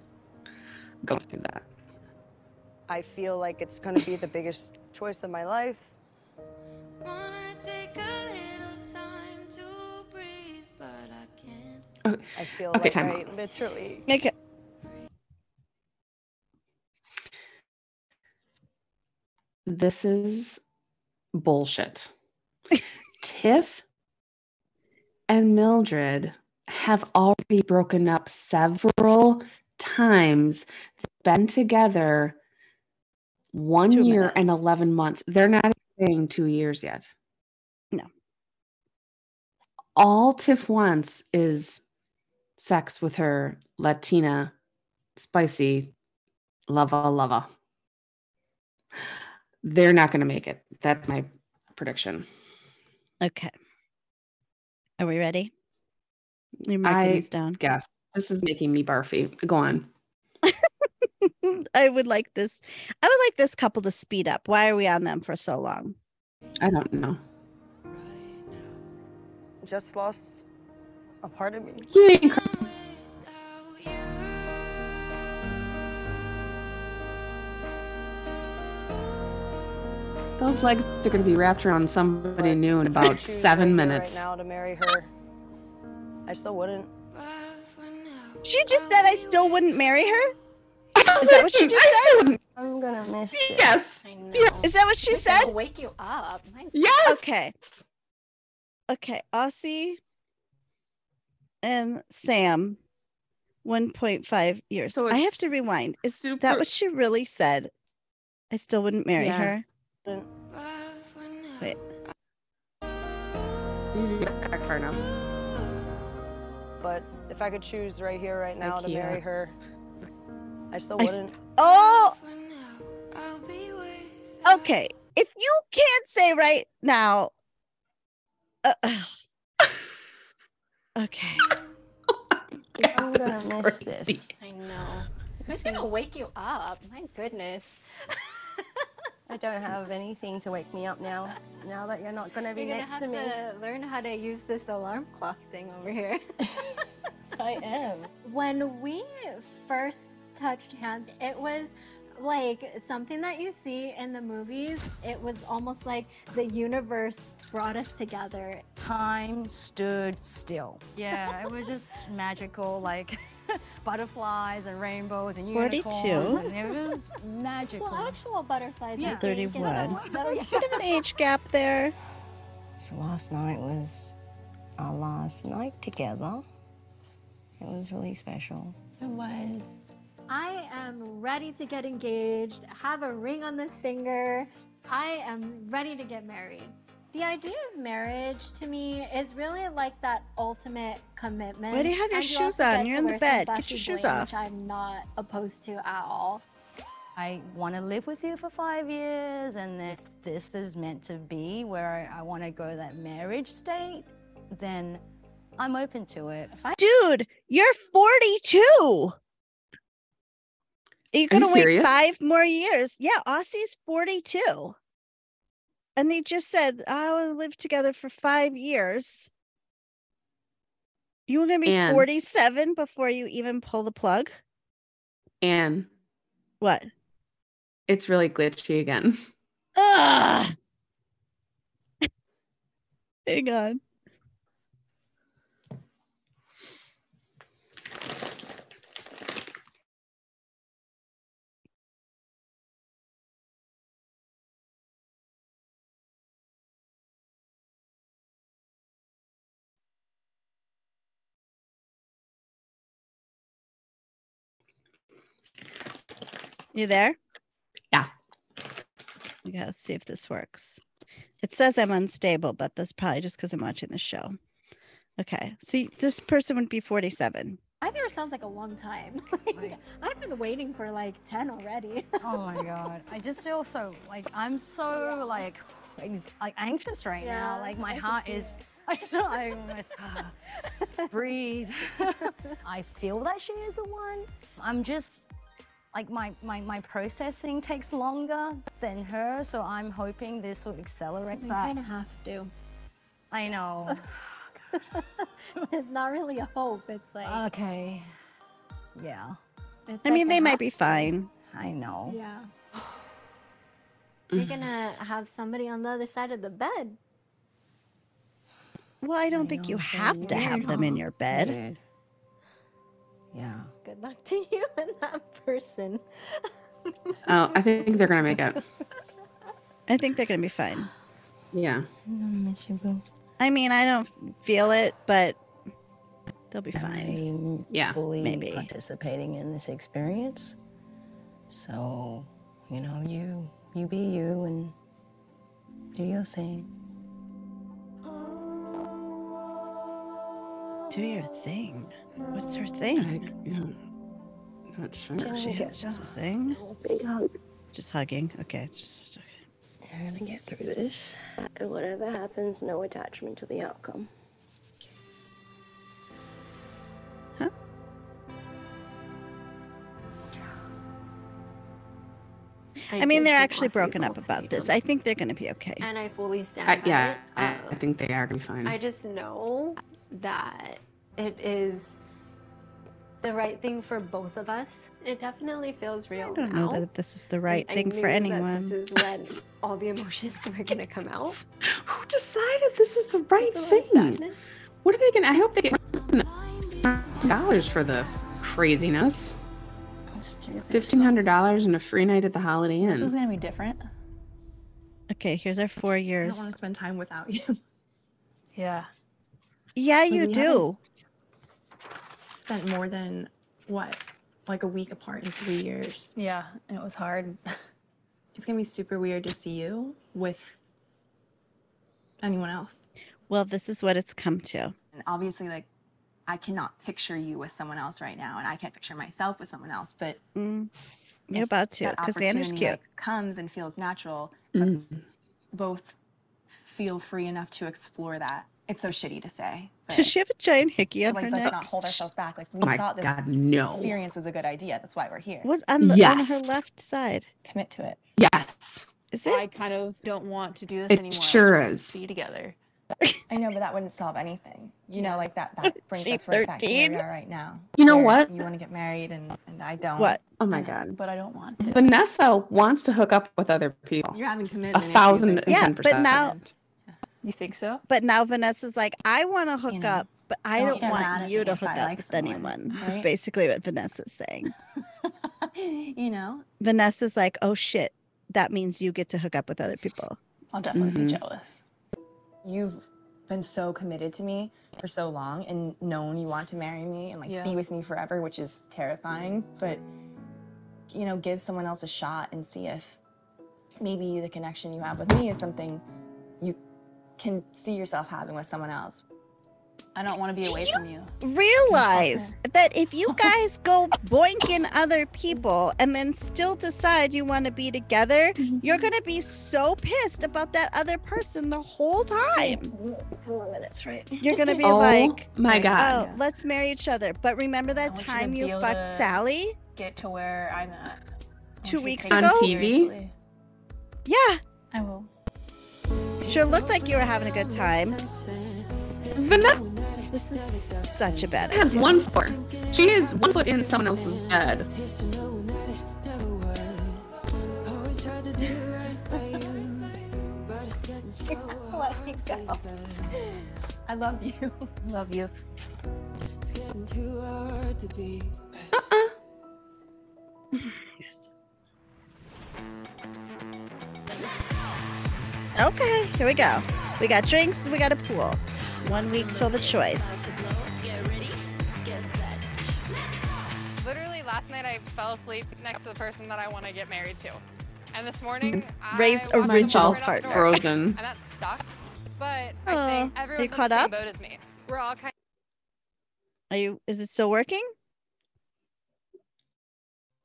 B: Go through that.
G: I feel like it's gonna be the biggest choice of my life. I feel
B: Okay,
G: like
B: time
G: I
B: out.
G: literally
A: Okay.
B: This is bullshit. Tiff and Mildred have already broken up several times. They've been together one
A: Two
B: year and 11 months. They're not saying two years yet.
A: No.
B: All Tiff wants is sex with her Latina, spicy, lava, lava. They're not going to make it. That's my prediction.
A: Okay. Are we ready? You're marking
B: I
A: these down.
B: guess this is making me barfy. Go on.
A: I would like this. I would like this couple to speed up. Why are we on them for so long?
B: I don't know.
G: just lost a part of me.
B: You didn't cry. Those legs are going to be wrapped around somebody new in about
G: Choose
B: seven
G: right here,
B: minutes.
G: Right now to marry her. I still wouldn't.
A: She just said I still wouldn't marry her. Is that what she just said?
L: I'm gonna miss this.
B: Yes.
L: I know.
A: Is that what she
F: This will
A: said?
F: Wake you up. My
B: Yes.
A: Okay. Okay. Aussie and Sam, 1.5 years.
B: So
A: I have
B: it's
A: to rewind. Is
B: super-
A: that what she really said? I still wouldn't marry
B: Yeah.
A: her.
G: Didn't-
A: Wait.
B: Back far enough.
G: But if I could choose right here, right now, to
B: Ikea.
G: marry her, I still
A: I s-
G: wouldn't.
A: Oh. Okay. If you can't say right now. Uh, ugh. okay.
L: I'm gonna miss this.
F: I know. It's gonna wake you up. My goodness.
L: I don't have anything to wake me up now. Now that you're not gonna be
F: You're gonna
L: next
F: have
L: to me,
F: to learn how to use this alarm clock thing over here.
L: I am.
F: when we first touched hands, it was
M: like something that you see in the movies. It was almost like the universe brought us together.
N: Time stood still. Yeah, it was just magical, like butterflies and rainbows and
A: 42.
N: unicorns. And it was magical.
M: Well, actual butterflies.
N: Yeah.
M: I think, and
A: 31.
M: other-
A: There's sort of an age gap there.
O: So last night was our last night together. It was really special.
M: It was. I am ready to get engaged, have a ring on this finger. I am ready to get married. The idea of marriage to me is really like that ultimate commitment.
A: Why do you have your
M: And
A: shoes
M: also
A: on?
M: get to
A: You're in the
M: wear some
A: bed. Get
M: fussy
A: your shoes
M: bling,
A: off.
M: Which I'm not opposed to at all.
N: I want to live with you for five years, and if this is meant to be where I, I want to go that marriage state, then I'm open to it. If I
A: Dude, you're 42. You're going to wait
N: serious?
A: five more years. Yeah, Aussie's 42. And they just said, "Oh, I will live together for five years. You're going to be
B: And-
A: 47 before you even pull the plug.
B: Anne.
A: What?
B: It's really glitchy again.
A: Ugh. Hang on. You there?
B: Yeah.
A: Okay, let's see if this works. It says I'm unstable, but that's probably just because I'm watching the show. Okay, so y- this person would be 47.
M: Five years sounds like a long time. Like, I've been waiting for like 10 already.
N: oh my god, I just feel so like I'm so like ex- like anxious right now.
M: Yeah,
N: Like
M: I
N: my
M: can
N: heart
M: see
N: is. I know. I almost ah, breathe. I feel that she is the one. I'm just like my, my my processing takes longer than her, so I'm hoping this will accelerate
M: You
N: that.
M: kind of have to. Oh,
N: I know.
M: it's not really a hope. It's like.
N: Okay. Yeah.
A: Uh, I mean, they might be fine.
N: I know.
M: Yeah. You're gonna have somebody on the other side of the bed.
A: Well, I don't think you have to have them in your bed.
N: Yeah.
M: Good luck to you and that person.
B: Oh, I think they're gonna make it.
A: I think they're going to be fine.
B: Yeah.
A: I mean, I don't feel it, but they'll be fine.
O: I'm
B: yeah,
O: fully
A: maybe.
O: participating in this experience. So, you know, you you be you and do your thing.
A: Do your thing. What's her thing?
B: Not sure.
A: She has just a thing.
O: Big hug.
A: Just hugging. Okay, it's just okay.
O: You're gonna get through this. And whatever happens, no attachment to the outcome.
A: I, mean, they're actually broken up about this. I think they're going to be okay.
F: And I fully stand
B: I,
F: by
B: yeah,
F: it. Um,
B: I, I think they are gonna be fine.
F: I just know that it is the right thing for both of us. It definitely feels real
A: I don't
F: now.
A: know that this is the right
F: I
A: thing
F: knew
A: for anyone.
F: That this is when all the emotions were gonna come out.
B: Who decided this was the right thing? What are they gonna? I hope they get dollars for this craziness. Fifteen hundred dollars and a free night at the Holiday Inn.
A: This is
I: gonna be different.
A: Okay, here's our four years.
I: wanna spend time without you. Yeah.
A: Yeah,
I: Like,
A: you
I: we
A: do.
I: Spent more than what? Like a week apart in three years. Yeah, it was hard. it's gonna be super weird to see you with anyone else.
A: Well, this is what it's come to.
P: And obviously, like, I cannot picture you with someone else right now, and I can't picture myself with someone else. But
A: Mm, you're about to,
P: that
A: because Xander's
P: opportunity,
A: cute.
P: like, comes and feels natural.
B: Mm.
P: Both feel free enough to explore that. It's so shitty to say.
A: Does she have a giant hickey on
P: Like,
A: her
P: Oh, let's
A: neck?
P: not hold ourselves back. Like, we
A: My
P: thought this
B: Oh God, no.
P: experience was a good idea. That's why we're here.
A: What's um, on, the, on her
B: Yes.
A: left side?
P: Commit to it.
B: Yes.
A: Is
I: I kind of don't want to do this
B: It
I: anymore.
B: sure
I: I just want
B: is.
I: to Be together.
P: I know, but that wouldn't solve anything. You know, like that that brings
A: She's
P: us right back to where we
A: 13?
P: are right now.
B: You know
P: where
B: what?
P: You want to get married, and and I don't.
B: Oh my
P: And-
B: god.
P: But I don't want to.
B: Vanessa wants to hook up with other people.
P: You're having commitment.
B: A
P: issues, I
B: thousand
P: think.
B: and
A: Yeah,
B: ten
A: but
B: percent.
A: now,
P: you think so?
A: But now Vanessa's like, I want to hook up, but I
P: don't
A: don't
P: get mad
A: want
P: at
A: you
P: me
A: to
P: if
A: hook
P: I
A: up
P: like
A: with
P: someone,
A: anyone. Is
P: right?
A: basically what Vanessa's saying.
P: you know,
A: Vanessa's like, oh shit, that means you get to hook up with other people.
P: I'll definitely be
B: Mm-hmm.
A: Mhm.
P: jealous. You've been so committed to me for so long and known you want to marry me and like
L: Yeah.
P: be with me forever, which is terrifying. But you know, give someone else a shot and see if maybe the connection you have with me is something you can see yourself having with someone else. I don't want to
A: be away
P: from you.
A: Realize that if you guys go boinking other people and then still decide you want to be together,
P: Mm-hmm.
A: you're going to be so pissed about that other person the whole time.
P: oh, That's right.
A: You're going to be
B: Oh
A: like,
B: my God.
A: oh, let's marry each other. But remember that
P: want you to
A: time you
P: be able
A: fucked
P: to
A: Sally?
P: Get to where I'm at.
A: two weeks
P: take
A: ago
P: it seriously.
A: Yeah,
P: I will.
A: sure looked like you were having a good time.
B: Vanessa
A: This is such a bad
B: has
A: idea.
B: one foot. She is one foot in someone else's bed.
M: Let me go.
P: I love you.
M: Love you.
A: Okay, here we go. We got drinks, we got a pool. One week till the choice.
D: Literally last night I fell asleep next to the person that I want to get married to. And this morning I
A: Raise a
D: watched them
A: Rachel
D: walk right out the
A: partner.
D: door.
B: Frozen.
D: And that sucked. But I think
A: Aw,
D: everyone's
A: they
D: in the
A: caught
D: same
A: up?
D: boat as me. We're all kind
A: Are you is it still working?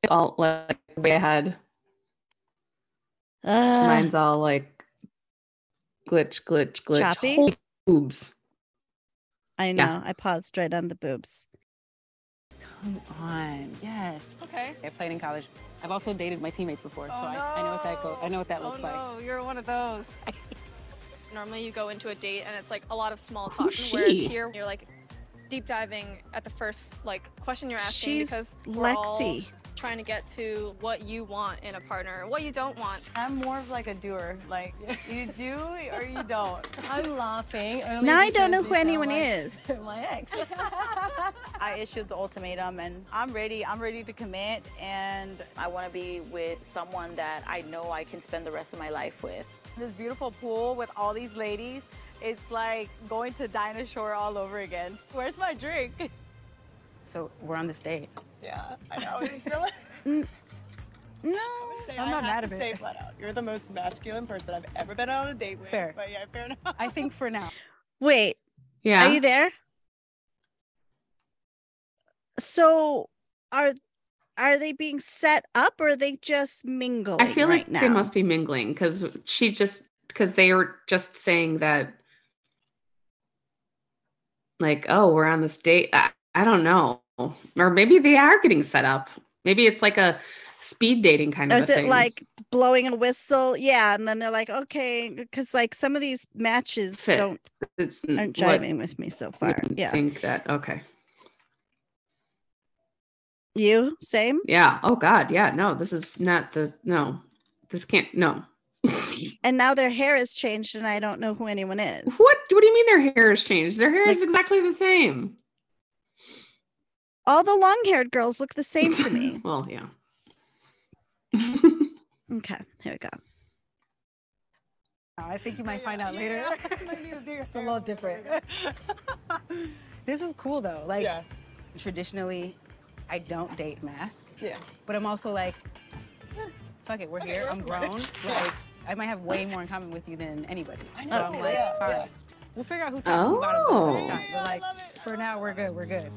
B: All like way ahead.
A: Uh,
B: Mine's all like glitch, glitch, glitch.
A: Choppy?
B: Holy boobs.
A: I know.
B: Yeah.
A: I paused right on the boobs.
K: Come on. Yes.
I: Okay.
K: I played in college. I've also dated my teammates before, so I, I know what that go- I know what that looks like.
I: Oh, you're one of those.
L: Normally, you go into a date and it's like a lot of small talk.
K: Who's
L: Whereas
K: Oh, she?
L: here, you're like deep diving at the first like question you're asking
A: She's
L: because we're all
A: Lexi.
L: trying to get to what you want in a partner, what you don't want.
E: I'm more of like a doer. Like you do or you don't. I'm laughing. only
A: Now I don't
E: because
A: know
E: you
A: who anyone
E: sound like
A: is.
E: My ex.
M: I issued the ultimatum and I'm ready. I'm ready to commit and I want to be with someone that I know I can spend the rest of my life with.
E: this beautiful pool with all these ladies. It's like going to Dinah Shore all over again. Where's my drink?
K: So we're on this date.
E: Yeah.
K: I know.
A: No,
K: I'm not mad at it.
Q: flat out. You're the most masculine person I've ever been on a date with.
K: Fair.
Q: But yeah, fair enough.
K: I think for now.
A: Wait.
B: Yeah.
A: Are you there? So are are they being set up or are they just mingling?
B: I feel
A: right
B: like
A: now?
B: they must be mingling because she just because they were just saying that like oh we're on this date I, I don't know or maybe they are getting set up maybe it's like a speed dating kind of
A: Is
B: a
A: it
B: thing
A: like blowing a whistle? Yeah, and then they're like, okay, because like some of these matches
B: Fit.
A: don't
B: it's
A: aren't jiving with me so far. Yeah,
B: think that okay
A: you same.
B: yeah oh god yeah no this is not the no this can't no
A: And now their hair has changed, and I don't know who anyone is.
B: what what do you mean their hair has changed their hair is exactly the same
A: All the long-haired girls look the same to me.
B: well yeah
A: Okay, here we go.
K: I think you might find out later. it's a little different. this is cool though. Like traditionally, I don't date mask.
Q: Yeah.
K: But I'm also like, eh, fuck it, we're
Q: Okay,
K: here.
Q: we're-
K: I'm
Q: we're-
K: grown.
Q: yeah.
K: Like I might have way more in common with you than anybody.
Q: I
K: So
Q: know,
K: I'm like,
Q: yeah,
K: all
Q: yeah.
K: right. We'll figure out who talking bottoms at
B: Oh.
K: another time. But like for now we're good, we're good.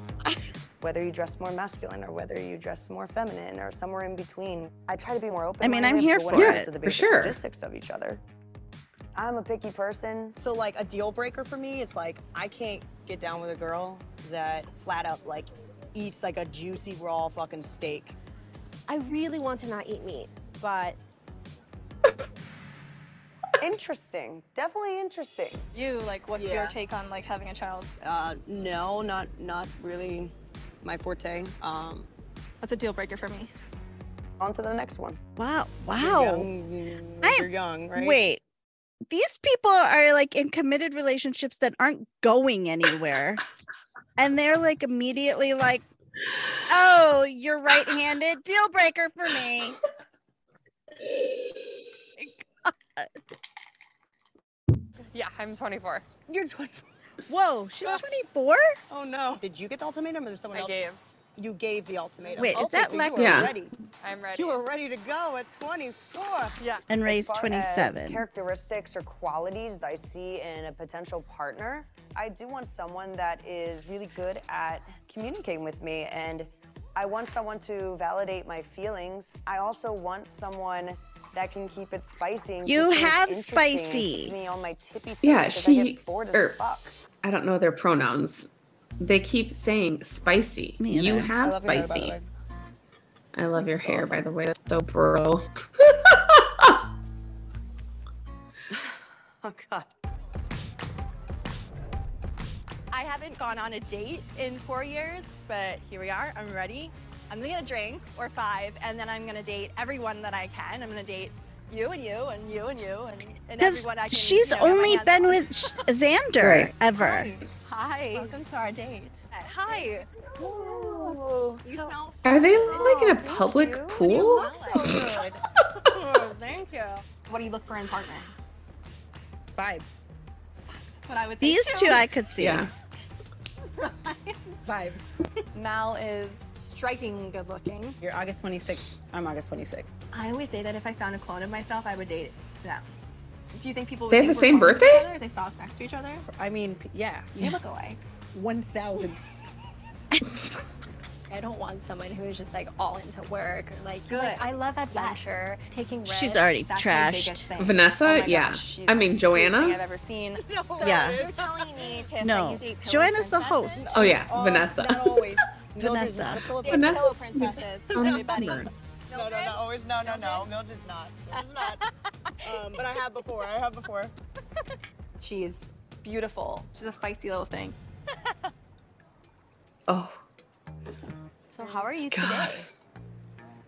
G: Whether you dress more masculine or whether you dress more feminine or somewhere in between, I try to be more open.
A: mean, I'm here
G: when
A: for
G: comes
A: it,
G: to the
A: for
G: basic
A: sure.
G: Logistics of each other. I'm a picky person.
Q: So like a deal breaker for me, it's like I can't get down with a girl that flat up like eats like a juicy raw fucking steak.
R: I really want to not eat meat, but
Q: interesting. Definitely interesting.
L: You like, what's
Q: Yeah.
L: your take on like having a child?
Q: Uh, no, not not really my forte. Um,
L: That's a deal breaker for me.
Q: on to the next one.
A: Wow.
Q: You're
A: Wow.
Q: young, you-
A: I-
Q: you're young, right?
A: Wait. These people are like in committed relationships that aren't going anywhere. and they're like immediately like, oh, you're right handed. Deal breaker for me.
D: Yeah, I'm 24.
Q: You're 24.
A: Whoa, she's 24?
Q: Oh no. Did you get the ultimatum or did someone
D: I
Q: else?
D: gave.
Q: You gave the ultimatum.
A: Wait, is
Q: Okay,
A: that
Q: so
A: Lex-
Q: You were
A: Yeah.
Q: ready.
D: I'm ready.
Q: You were ready to go at 24.
D: Yeah.
A: And
G: As
A: raised
G: far
A: 27.
G: As characteristics or qualities I see in a potential partner, I do want someone that is really good at communicating with me and I want someone to validate my feelings. I also want someone that can keep it spicy. And
A: You
G: keep things
A: have
G: interesting and
A: spicy.
G: keep Me on my tippy toes.
B: Yeah,
G: 'cause I get
B: she-
G: bored as
B: er,
G: fuck.
B: I don't know their pronouns. They keep saying spicy. You have spicy. I love your hair, by the way. That's so bro.
Q: Oh God.
J: I haven't gone on a date in four years, but here we are. I'm ready. I'm gonna get a drink or five, and then I'm gonna date everyone that I can. I'm gonna date you and you and you and you and, and
A: Because
J: everyone I can.
A: she's
J: you know, get my
A: only
J: hands
A: been
J: on.
A: with Sh- Xander
J: Right.
A: ever.
J: Hi. Welcome to our date. Hi. You smell
B: Are they like
A: Oh,
B: in a public pool?
J: good. Oh, Thank you. What do you look for in partner?
K: Vibes.
J: That's what I would say.
A: These two I could see.
B: Yeah.
K: Vibes.
J: Mal is strikingly good looking.
K: You're August 26th. I'm August 26th.
J: I always say that if I found a clone of myself, I would date them. Do you think people would
K: They have
J: think
K: the
J: we're clones
K: same
J: of each
K: birthday?
J: other if they saw us next to each other?
K: I mean, p- yeah.
J: You look alike.
K: 1,000.
F: I don't want someone who is just like all into work or like good. I love adventure, taking risks.
A: She's already
F: That's my biggest
A: trashed.
F: thing. Oh
H: Oh
B: Vanessa? yeah. I mean, Joanna?
J: ever seen.
A: Yeah.
H: You're telling me, Tiff, that
A: No.
H: you date pillow
A: Joanna's the
H: princesses?
A: host.
B: Oh, yeah. Vanessa.
Q: always.
A: Vanessa.
H: Date
B: Vanessa
H: pillow
B: is
H: princesses,
B: on the
H: everybody.
B: board.
Q: No, no, no, always no, no, no. Mildred's not. Mildred's not. um, but I have before. I have before.
J: She's beautiful. She's a feisty little thing.
B: Oh,
J: So how are you today?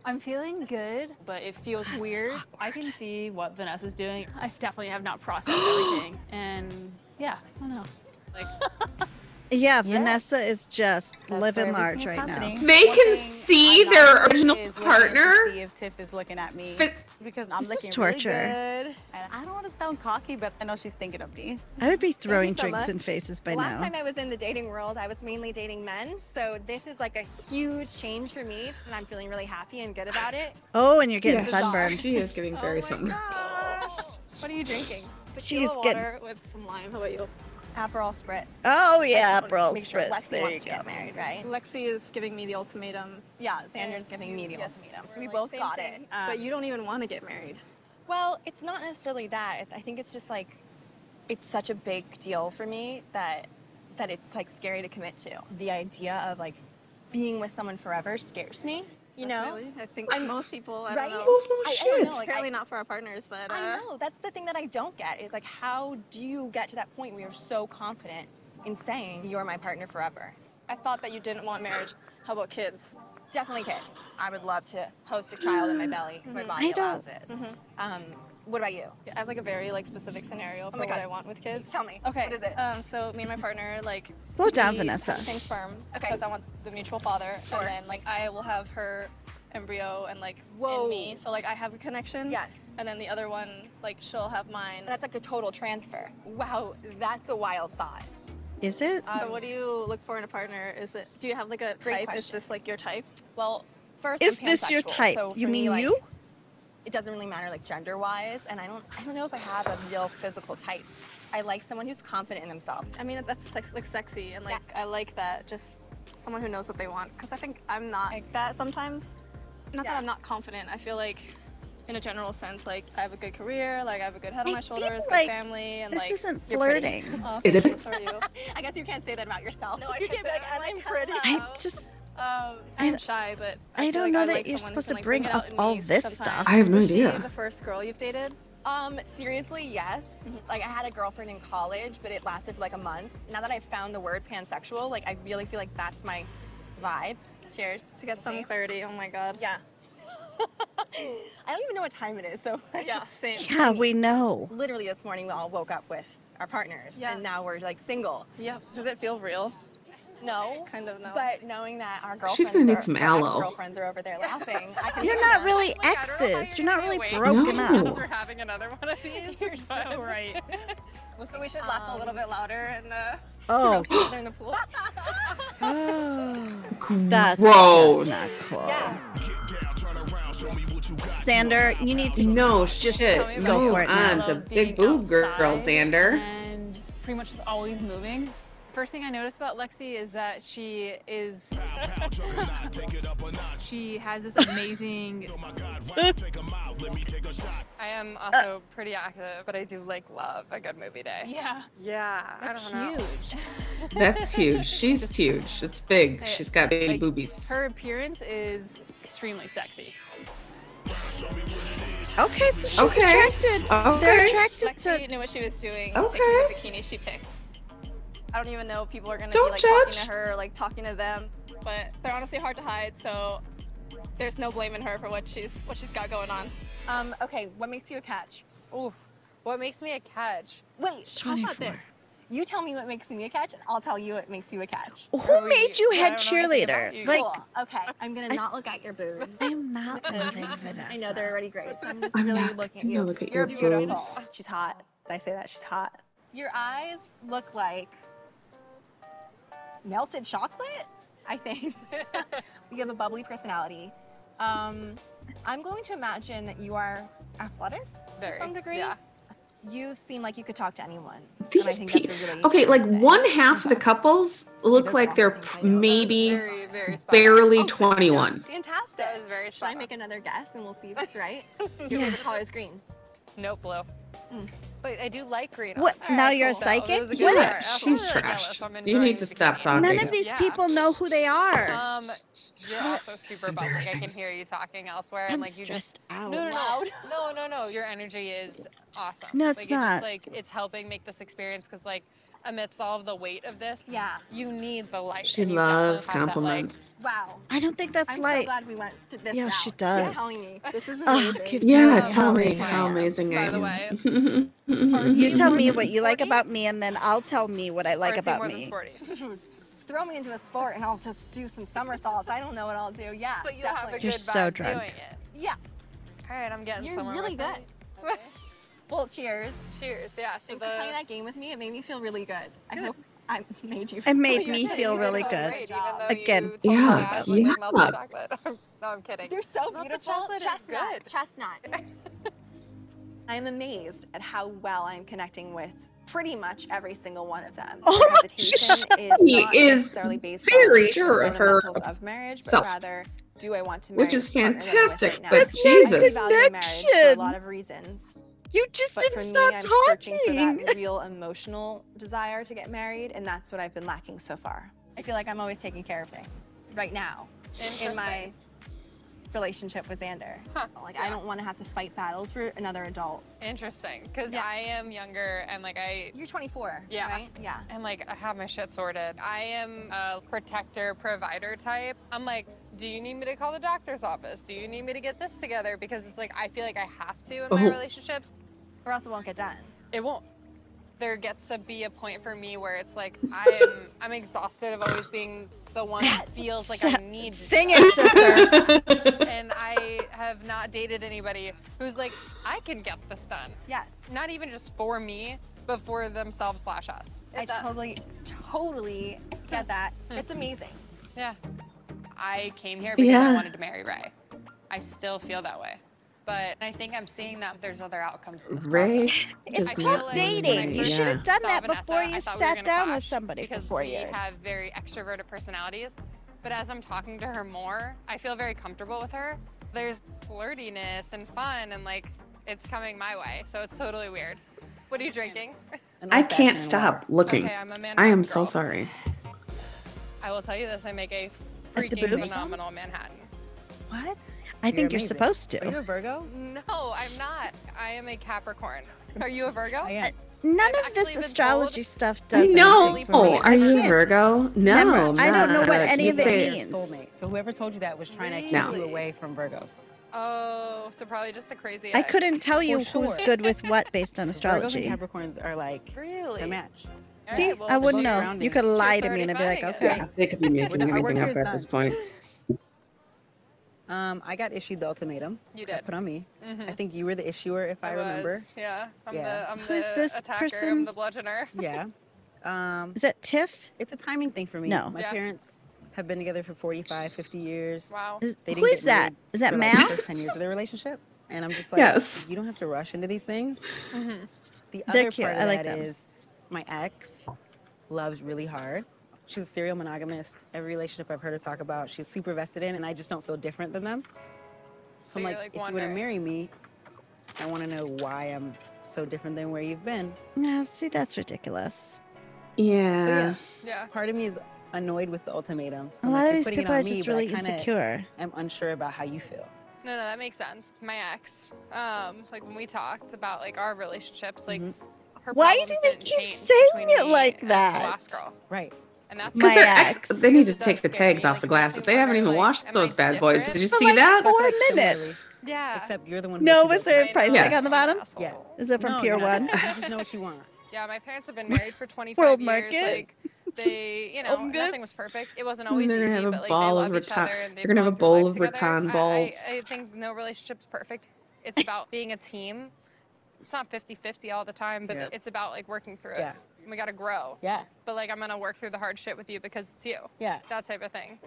I: I'm feeling good, but it feels weird. I can see what Vanessa's doing. I definitely have not processed everything. And yeah, I don't know. Like,
A: Yeah, Vanessa is just living large right now.
B: They can see their original
K: Is looking
B: partner.
K: To see if Tiff is looking at me. because I'm
A: This is
K: looking
A: torture.
K: really good. And I don't want to sound cocky, but I know she's thinking of me.
A: I would be throwing
J: so
A: drinks
J: much.
A: in faces by
J: the last
A: now.
J: time I was in the dating world, I was mainly dating men. So this is like a huge change for me, and I'm feeling really happy and good about it.
A: Oh, and you're getting
J: uh,
B: Yes.
A: sunburned. Oh
B: She is getting very sunburned.
J: What are you drinking?
A: She's getting-
J: with some lime. How about you? Aperol spritz.
A: Oh
J: I
A: yeah,
J: just wanna
A: April
J: make sure
A: Spritz.
J: Lexi
A: There you
J: wants to
A: go.
J: get married, right?
L: Lexi is giving me the ultimatum.
J: Yeah, Xander's giving me the ultimatum. So we both got it. Um,
L: but you don't even want to get married.
J: Well, it's not necessarily that. I think it's just like, it's such a big deal for me that that it's like scary to commit to. The idea of like being with someone forever scares me. You know?
L: Really? I think most people, I
J: right?
L: don't know.
J: I, I don't know. Like,
L: Apparently
J: I,
L: not for our partners, but. Uh,
J: I know. That's the thing that I don't get is like, how do you get to that point where you're so confident in saying you're my partner forever?
L: I thought that you didn't want marriage. How about kids?
J: Definitely kids. I would love to host a child in my belly if my
L: Mhm.
J: body
L: I don't-
J: allows it. Um, what about you?
L: Yeah, I have like a very like specific scenario
J: Oh
L: for
J: my
L: what
J: God.
L: I want with kids.
J: Tell me.
L: Okay.
J: What is it?
L: Um, so me and my partner like
A: Slow down,
L: we have
A: Vanessa.
L: the Same sperm. Okay. Because I want the mutual father, and then like I will have her embryo and like
J: Whoa.
L: in me. So like I have a connection.
J: Yes.
L: And then the other one like she'll have mine.
J: That's like a total transfer. Wow, that's a wild thought. Um,
A: Is it?
J: uh,
L: so what do you look for in a partner? Is it? Do you have like a
J: Great
L: type? Is this like your type?
J: Well, first,
A: Is
J: I'm
A: this your
J: pansexual,
A: type?
J: so
A: You
J: for me,
A: mean
J: like,
A: you?
J: It doesn't really matter like gender wise, and I don't I don't know if I have a real physical type. I like someone who's confident in themselves.
L: I mean, that's sex, like sexy, and like I like that. Just someone who knows what they want. Because I think I'm not like that sometimes. Not that I'm not confident. I feel like, in a general sense, like I have a good career, like I have a good head on
A: I
L: my
A: feel
L: shoulders, good
A: like
L: family, and
A: this
L: like
A: isn't
L: you're pretty.
A: flirting.
L: Oh,
B: It isn't.
L: So are you?
J: I guess you can't say that about yourself.
L: No, I
J: you
L: can't
J: can't be
L: say
J: like,
L: that.
J: I'm,
L: I'm
J: pretty.
A: I just
L: Um,
A: I
L: I'm
A: don't-
L: shy, but
A: I
L: feel
A: don't
L: like
A: know
L: I
A: that
L: like
A: you're
L: someone who
A: supposed
L: can,
A: to
L: like,
A: bring
L: it
A: up
L: out in
A: all
L: me
A: this
L: sometimes.
A: stuff.
B: I have no
L: Was she
B: idea.
L: The first girl you've dated. Mm-hmm.
J: Um, seriously, yes. Like I had a girlfriend in college, but it lasted for like a month. Now that I found the word pansexual, like I really feel like that's my vibe. Cheers.
L: To get some clarity, oh my god.
J: Yeah. I don't even know what time it is, so yeah, same.
A: Yeah, we know.
J: Literally this morning we all woke up with our partners
L: Yeah.
J: and now we're like single.
L: Yeah. Does it feel real?
J: No.
L: Kind of no.
J: But knowing that our girlfriends
B: She's gonna need
J: are-
B: some
J: our
B: aloe.
J: ex-girlfriends are over there laughing. I can
A: You're
J: hear
A: not
J: them.
A: really exes. You're not really broken up.
D: After having another one of these, you're so right.
L: So we should laugh a little bit louder and uh,
A: Oh.
L: throw each other in the pool.
A: That's
B: Gross.
A: just not cool. Xander, you need to
B: no
A: just
B: shit.
A: go
B: Move
A: for it now.
B: on to big boob girl, Xander.
I: and pretty much is always moving. First thing I noticed about Lexi is that she is. she has this amazing.
D: I am also
A: Uh.
D: pretty active, but I do like love a good movie day.
I: Yeah.
D: Yeah. I
I: That's
D: don't know.
I: huge.
B: That's huge. She's huge. It's big.
I: Say it.
B: She's got big
I: Like,
B: boobies.
I: Her appearance is extremely sexy.
A: Okay, so she's
B: Okay.
A: attracted. They're attracted
L: Lexi
A: to.
L: knew what she was doing.
A: Okay.
L: Picking the bikini she picked. I don't even know if people are gonna be
A: Don't
L: like talking
A: judge.
L: to her or like talking to them, but they're honestly hard to hide. So there's no blaming her for what she's what she's got going on.
J: Um, okay, what makes you a catch?
D: Oof. What makes me a catch?
J: Wait,
D: It's
J: how about
D: 24.
J: this? You tell me what makes me a catch, and I'll tell you what makes you a catch.
A: Who made you head cheerleader? Like,
J: cool. okay, I'm gonna
A: I-
J: not look at your boobs.
A: I'm not
J: moving, I know they're already great, so I'm just
B: I'm
J: really
B: not
J: looking at
B: gonna
J: you.
B: look at
J: You're
B: your
J: beautiful.
B: boobs.
J: She's hot. Did I say that? She's hot. Your eyes look like melted chocolate. I think you have a bubbly personality. Um, I'm going to imagine that you are athletic
D: Very,
J: to some degree.
D: yeah.
J: You seem like you could talk to anyone. and I
B: These
J: think
B: pe-
J: that's a really
B: okay, like one half of the couples look like they're maybe
D: Oh,
B: barely 21.
J: Oh, Fantastic. That was very Should I make another guess and we'll see if it's right? Your favorite color is green. Mm.
D: No blue. But I do like green.
A: What,
D: on.
A: now you're a
D: So it
A: psychic?
D: was a good
A: What?
D: start. I was
B: She's
D: really jealous.
B: trash.
D: I'm
B: You
D: enjoying
B: need to stop talking.
A: None of these
D: Yeah.
A: people know who they are.
J: Uh,
D: Um, you're also super bubbly. I can hear you talking elsewhere,
A: I'm
D: and like you
A: stressed
D: just
A: out.
D: no, no, no,
A: Loud.
D: no, no, no. Your energy is awesome.
A: No,
D: like,
A: it's
D: Just,
A: not.
D: like it's helping make this experience because like amidst all of the weight of this,
J: yeah,
D: you need the light.
B: She
D: and you definitely
B: loves
D: have that light.
B: compliments.
J: Wow.
A: I don't think that's
J: I'm so
A: light.
J: glad we went to this
A: Yeah,
J: route.
A: she
J: You're
A: does.
J: telling me. This is
A: Oh,
J: amazing.
A: give
B: Yeah,
A: Tell
B: tell
A: me
B: me
A: how
B: how amazing I
D: By the
B: am.
A: Mm-hmm. You tell me what you like about me, and then I'll tell me what I like
D: Artsy
A: about
D: more
A: me.
D: than sporty.
J: Throw me into a sport and I'll just do some somersaults. I don't know what I'll do. Yeah.
D: But you'll have
J: definitely.
D: a You're good so vibe drunk. doing it.
J: Yes.
D: All right, I'm getting
J: You're
D: somewhere.
J: really
D: with
J: good.
D: it.
J: well, cheers.
D: Cheers. Yeah. to
J: Thanks
D: the-
J: for playing that game with me. It made me feel really good. I hope I made you.
A: It made
J: you
A: me
J: did.
A: feel
J: You did
A: really
J: a
A: good.
J: great
A: Even
J: job.
A: though Again, you told me I
B: yeah,
A: was
D: like
B: yeah.
D: melted chocolate. no, I'm kidding.
J: They're so
D: Melted
J: beautiful.
D: chocolate is
J: chestnut,
D: good.
J: Chestnut. I am amazed at how well I'm connecting with pretty much every single one of them.
B: Oh
J: Their
B: my
J: hesitation
B: gosh,
J: is not
B: she is
J: necessarily based
B: very
J: on
B: sure
J: the
B: of her
J: fundamentals of marriage, but
B: self.
J: rather do I want to marry
B: Which is
J: this partner that I'm with
B: fantastic,
J: right now?
B: but That's not Jesus.
J: I value marriage for a
B: connection.
J: lot of reasons.
A: You just
J: but
A: didn't
J: for
A: stop
J: me, I'm searching for
A: talking.
J: that real emotional desire to get married, and that's what I've been lacking so far. I feel like I'm always taking care of things right now in my
D: Interesting.
J: relationship with Xander. Like I don't want to have to fight battles for another adult.
D: Interesting, because I am younger and like I.
J: You're 24.
D: Yeah.
J: right? Yeah.
D: And like I have my shit sorted. I am a protector provider type. I'm like, do you need me to call the doctor's office? Do you need me to get this together? Because it's like I feel like I have to in my
J: Oh.
D: relationships.
J: Or else it won't get done.
D: It won't. There gets to be a point for me where it's like I am. I'm exhausted of always being the one that feels like I need. to
A: Sing
D: do
A: it,
D: that.
A: sister.
D: and I have not dated anybody who's like, I can get this done.
J: Yes.
D: Not even just for me, but for themselves slash us. Hmm.
J: I totally, totally get that. It's amazing.
D: Yeah. I came here because I
J: Yeah.
D: wanted to marry Ray. I still feel that way. But I think I'm seeing that there's other outcomes in this
B: Ray
D: process.
A: It's
B: does
A: called
B: not
A: dating.
B: really-
A: You should have
B: yeah.
A: done that
D: Saw Vanessa,
A: before
D: I
A: you
D: thought we were
A: sat
D: gonna
A: down with
D: clash
A: somebody for
D: because
A: four
D: we
A: years.
D: have very extroverted personalities. But as I'm talking to her more, I feel very comfortable with her. There's flirtiness and fun, and like it's coming my way. So it's totally weird. What are you drinking?
B: I can't stop looking.
D: Okay, I'm a man.
B: I am so sorry.
D: I will tell you this: I make a
A: At the
D: freaking
A: boobs?
D: phenomenal Manhattan.
K: What?
A: I think you're supposed to.
D: Are you a Virgo? No, I'm not. I am a Capricorn. Are you a Virgo? I am.
A: None of this astrology stuff
B: I
A: does
B: know.
A: anything for me.
B: Are you a
A: Yes.
B: Virgo? Oh, No.
A: Never.
B: I'm
A: I don't know
B: not.
A: what any
B: You
A: of it
B: say-
A: means.
K: Soulmate. So whoever told you that was trying to keep
B: Really?
K: you away from Virgos.
D: Oh, so probably just a crazy.
A: I
D: ex.
A: couldn't tell you
K: For
A: who's
K: sure.
A: good with what based on astrology.
K: Virgos and Capricorns are like
D: really
K: a match.
A: See, I wouldn't know. You could lie to me and I'd be like, okay.
B: Yeah, they could be making
K: Our
B: anything
K: work
B: up
K: here is
B: at this point.
K: Um, I got issued the ultimatum.
D: You
K: That
D: did.
K: put on me.
D: Mhm.
K: I think you were the issuer, if I,
D: I
K: remember.
D: was, Yeah, I'm
K: Yeah.
D: the I'm
K: Who's
D: the
K: this
D: attacker.
K: person?
D: I'm the bludgeoner.
K: Yeah. Um,
A: Is that Tiff?
K: It's a timing thing for me.
A: No.
K: My
A: Yeah.
K: parents have been together for 45, 50 years.
D: Wow.
A: Is-
K: they
A: who
K: didn't
A: is
K: get
A: that?
K: married
A: Is that
K: for, like, the
A: Mal?
K: first 10 years of their relationship. And I'm just like,
B: Yes.
K: you don't have to rush into these things.
D: Mhm.
K: The
A: They're
K: other
A: cute.
K: part
A: I
K: of
A: like
K: that
A: them.
K: is my ex loves really hard. She's a serial monogamist. Every relationship I've heard her talk about, she's super vested in, and I just don't feel different than them. So, I'm
D: you're,
K: like,
D: like,
K: if you want to
D: wondering.
K: marry me, I want to know why I'm so different than where you've been.
A: No, see, that's ridiculous.
B: Yeah.
K: So, yeah.
D: Yeah.
K: Part of me is annoyed with the ultimatum.
A: A
K: I'm
A: lot of
K: "You're
A: these
K: putting it
A: people
K: on
A: are
K: me,"
A: just
K: but I
A: really
K: kinda
A: insecure.
K: I'm unsure about how you feel.
D: No, no, that makes sense. My ex, um, like when we talked about like our relationships, like her
A: Mm-hmm. Why
D: problems
A: do they
D: didn't
A: keep
D: change
A: saying
D: between
A: it
D: me
A: like
D: and
A: that?
D: The last girl,
K: right?
D: And that's
A: My
D: why-
A: ex.
B: They need to take the tags off the glasses. They haven't even washed those bad boys. Did you see that?
A: Four
K: Except
A: minutes.
D: Yeah.
K: Except you're the one.
A: No,
K: was
A: was there a price tag on the bottom?
K: Yeah.
A: Is it from
K: No,
A: Pier
K: you're not.
A: One?
K: You just know what you want.
D: Yeah, my parents have been married for 25
A: World
D: years.
A: Market.
D: Like they, you know, nothing was perfect. It wasn't always
B: they're gonna
D: easy,
B: have
D: but
B: a
D: like they
B: ball
D: love
B: of
D: each
B: rattan.
D: other and
B: They're
D: they've
B: gonna have
D: gone through life
B: a bowl of
D: together.
B: rattan
D: I-
B: balls.
D: I, I think no relationship's perfect. It's about being a team. It's not 50-50 all the time, but
K: Yep.
D: it's about like working through
K: Yeah.
D: it. We got to grow.
K: Yeah.
D: But like I'm gonna work through the hard shit with you because it's you.
K: Yeah.
D: That type of thing.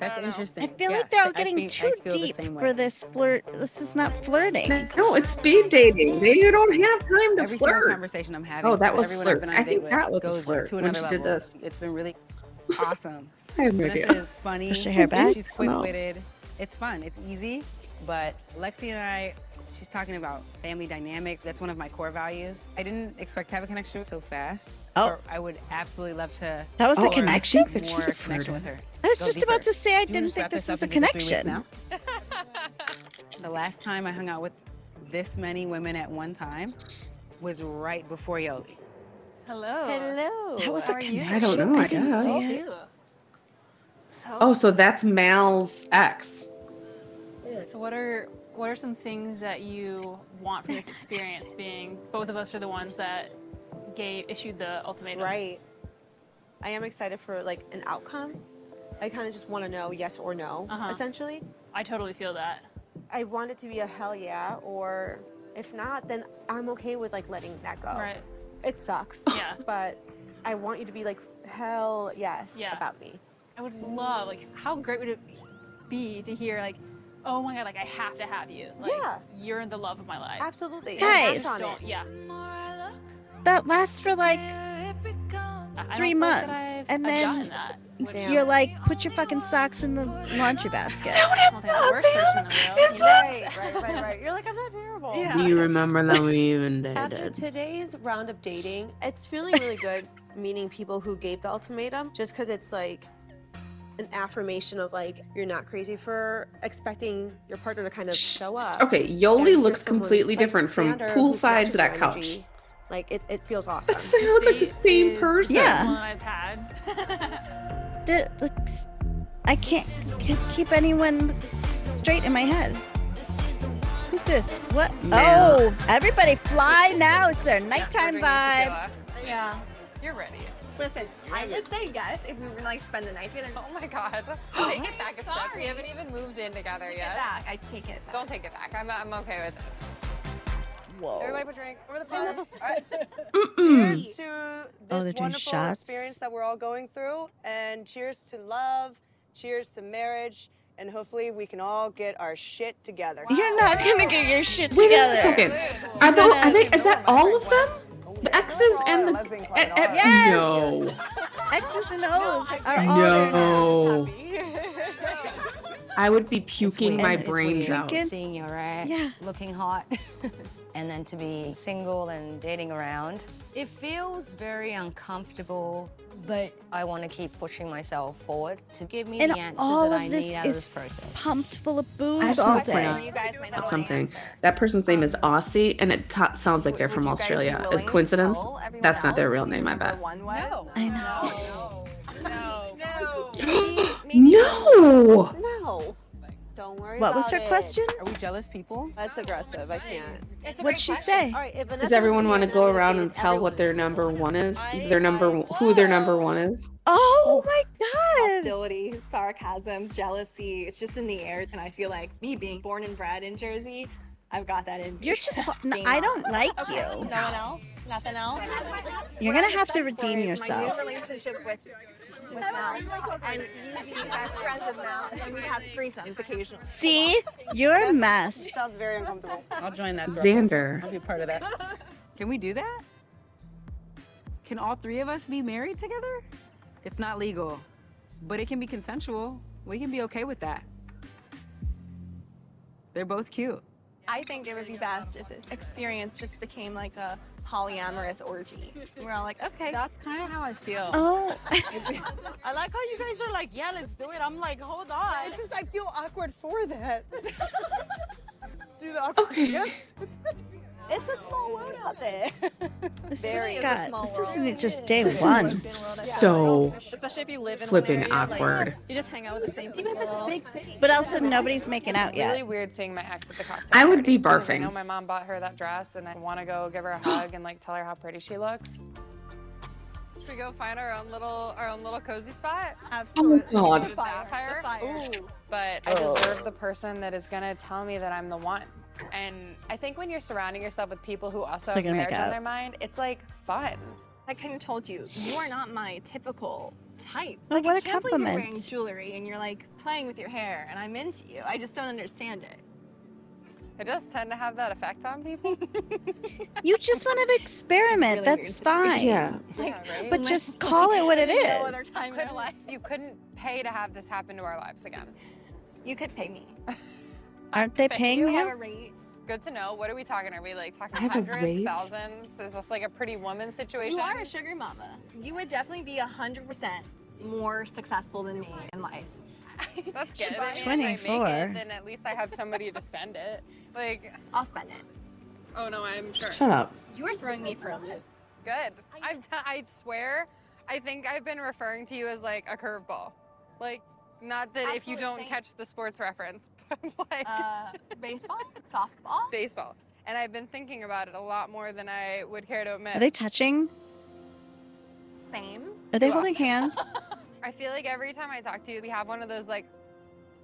K: That's
D: don't know.
K: interesting.
A: I feel
K: Yeah,
A: like they're
K: I
A: getting
K: feel- I
A: too
K: feel the
A: deep
K: same way.
A: for this flirt. This is not flirting.
B: No, it's speed dating. They don't have time to
K: Every single
B: flirt.
K: conversation I'm having.
B: Oh, that
K: with
B: was
K: everyone I've
B: flirt.
K: been on a
B: I
K: date
B: think
K: with
B: that was a
K: goes
B: flirt
K: to
B: when
K: another
B: she did
K: level.
B: this.
K: It's been really awesome.
B: I have no
K: Vanessa
B: idea.
K: is funny.
B: Push your hair back?
K: She's
B: No.
K: quick witted. It's fun. It's easy. But Lexi and I, she's talking about family dynamics. That's one of my core values. I didn't expect to have a connection so fast.
A: Oh.
K: Or I would absolutely love to.
A: That was a
B: Oh,
K: explore
A: connection? I think that she
K: More
A: was
K: connection with
A: flirting.
K: her.
A: I was
K: Go
A: just
K: deeper.
A: about to say I
K: You wanna
A: didn't
K: just
A: think
K: wrap
A: this was
K: up
A: a
K: into three weeks
A: connection.
K: now? The last time I hung out with this many women at one time was right before Yoli.
I: Hello.
M: Hello.
A: That was
I: How
A: a
I: are you?
B: I don't know. I guess.
I: So,
B: Oh, so that's Mal's ex.
I: so what are what are some things that you want from this experience? Being both of us are the ones that gave issued the ultimatum.
C: Right.
I: I am excited
C: for like an outcome. I kind of just want to know yes or no,
I: Uh-huh.
C: essentially.
I: I totally feel that.
C: I want it to be a hell yeah, or if not, then I'm okay with like letting that go.
I: Right.
C: It sucks.
I: Yeah.
C: But I want you to be like hell yes
I: Yeah.
C: about me.
I: I would love like how great would it be to hear like, oh my god, like I have to have you. Like, yeah. You're the love of my life.
C: Absolutely.
I: And I
A: Guys.
I: just don't- Yeah.
A: That lasts for like three months, and then you're like, put your fucking socks in the laundry basket.
C: Right, right, right, right. You're like, I'm not terrible.
B: You remember that we even
C: After
B: dated.
C: today's round of dating, it's feeling really good meeting people who gave the ultimatum just because it's like an affirmation of like you're not crazy for expecting your partner to kind of show up.
B: Okay,
C: And
B: Yoli
C: here's
B: looks completely different from
C: Xander who
B: poolside
C: matches
B: to that
C: your
B: couch.
C: energy. Like it, it feels awesome.
B: They look like the same person.
A: Yeah.
I: One I've had.
A: D- like, s- I can't, can't keep anyone straight in my head. Who's this? What?
B: Mel.
A: Oh, everybody fly now. It's their nighttime vibe.
J: Yeah.
D: You're ready.
J: Listen, I would say yes if we were gonna like spend the night together. Oh
D: my god. Take it back a step. We haven't even moved in together
J: Take it
D: yet.
J: back. I take it.
D: Don't take it back. I'm, I'm okay with it.
A: Whoa.
D: Everybody, put a drink over the phone.
A: Mm-mm.
Q: Cheers to
A: Oh,
Q: this
A: they're doing
Q: wonderful
A: shots?
Q: experience that we're all going through, and cheers to love, cheers to marriage, and hopefully we can all get our shit together.
A: You're not gonna get your shit
B: Wait
A: together.
B: a second. Are those, I think, is that all of them? The exes and the. eh, eh,
A: Yes.
B: No.
A: X's and O's are all there now.
B: No. I would be puking my
A: weird.
B: brains out.
A: Drinking?
N: Seeing your ex, looking hot. and then to be single and dating around. It feels very uncomfortable, but I want to keep pushing myself forward to give me
A: and
N: the answers
A: all
N: that
A: of
N: I
A: this
N: need out of
A: is
N: this process.
A: pumped full of booze
B: I have
A: all
B: a
A: day.
B: question.
A: You
C: guys
B: about something. That person's name is Aussie, and it ta sounds like they're from Australia. Is coincidence? That's not their real name, I bet.
E: No.
A: I know.
D: No. No.
B: No.
C: No. Don't worry
B: What was
C: about
B: her
C: it.
B: question?
K: Are we jealous people?
C: That's aggressive. I can't.
A: It's a What'd great she question. say?
C: All right, if
B: Does
C: Vanessa
B: everyone
C: was
B: want to
C: here,
B: go
C: then I
B: around
C: would
B: and
C: date
B: tell what their number one is? Their number, who their number one is?
A: Oh my
J: god! Hostility, sarcasm, jealousy. It's just in the air. And I feel like me being born and bred in Jersey, I've got that in me.
A: You're just fu- no, I don't like
J: Okay,
A: you.
J: No one else? Nothing else?
A: You're
J: What
A: gonna
J: I'm
A: have to
J: excited for
A: redeem
J: is
A: yourself.
J: My new relationship with, with Mel. And you being best friends with Mel. And we'd have threesomes occasionally.
A: See, you're a mess.
Q: Sounds very uncomfortable.
K: I'll join that. circle.
B: Xander.
K: I'll be part of that. Can we do that? Can all three of us be married together? It's not legal, but it can be consensual. We can be okay with that. They're both cute.
J: I think it would be best if this experience just became like a polyamorous orgy. We're all like, okay.
K: That's kind of how I feel.
A: Oh.
Q: I like how you guys are like, yeah, let's do it. I'm like, hold on. It's just I feel awkward for that. Let's do the awkward dance.
E: It's a small world out there.
A: This
E: Very
A: just
E: is a
A: got.
E: small
A: This
E: world.
A: isn't just day one.
B: So
J: Especially if you live in
B: Oh. flipping
J: one area, like,
B: awkward.
J: you just hang out with the same people.
D: Even if it's a
J: big city.
A: But also, nobody's making out
D: It's
A: yet.
D: really weird seeing my ex at the cocktail.
B: I would
D: party,
B: be
D: because I
B: barfing.
D: know my mom bought her that dress, and I want to go give her a hug and like tell her how pretty she looks. Should we go find our own little our own little cozy spot?
B: Absolutely. Oh, God.
D: The fire. Ooh. But I deserve the person that is gonna tell me that I'm the one. And I think when you're surrounding yourself with people who also
A: They're
D: have
A: gonna make
D: marriage on
A: out.
D: their mind, it's like fun.
J: I kind of told you, you are not my typical type.
A: Oh,
J: Like,
A: what
J: I
A: a
J: can't believe you're wearing
A: compliment.
J: jewelry and you're like playing with your hair, and I'm into you. I just don't understand it.
D: It does tend to have that effect on people.
A: You just want to experiment. That's fine.
B: Yeah.
A: But just call it what it is.
D: Couldn't- you couldn't pay to have this happen to our lives again.
J: You could pay me.
A: Aren't they
D: But
A: paying
D: you?
A: you?
D: Have a rate. Good to know. What are we talking? Are we like talking
A: I have a
D: hundreds,
A: rate?
D: thousands? Is this like a pretty woman situation?
J: You are a sugar mama. You would definitely be 100% more successful than me in life.
D: That's good.
J: She's
D: I mean, if I make
A: 24.
D: it, then at least I have somebody to spend it. Like
J: I'll spend it.
D: Oh no, I'm sure.
B: Shut up.
J: You are throwing me for a loop.
D: Good. I I swear, I think I've been referring to you as like a curveball. Like not that if you
J: Absolute
D: don't
J: same.
D: catch the sports reference, but like
J: Uh, baseball, softball,
D: baseball. And I've been thinking about it a lot more than I would care to admit.
A: Are they touching?
J: Same.
A: Are they
D: Too
A: holding
D: often.
A: hands?
D: I feel like every time I talk to you, we have one of those like,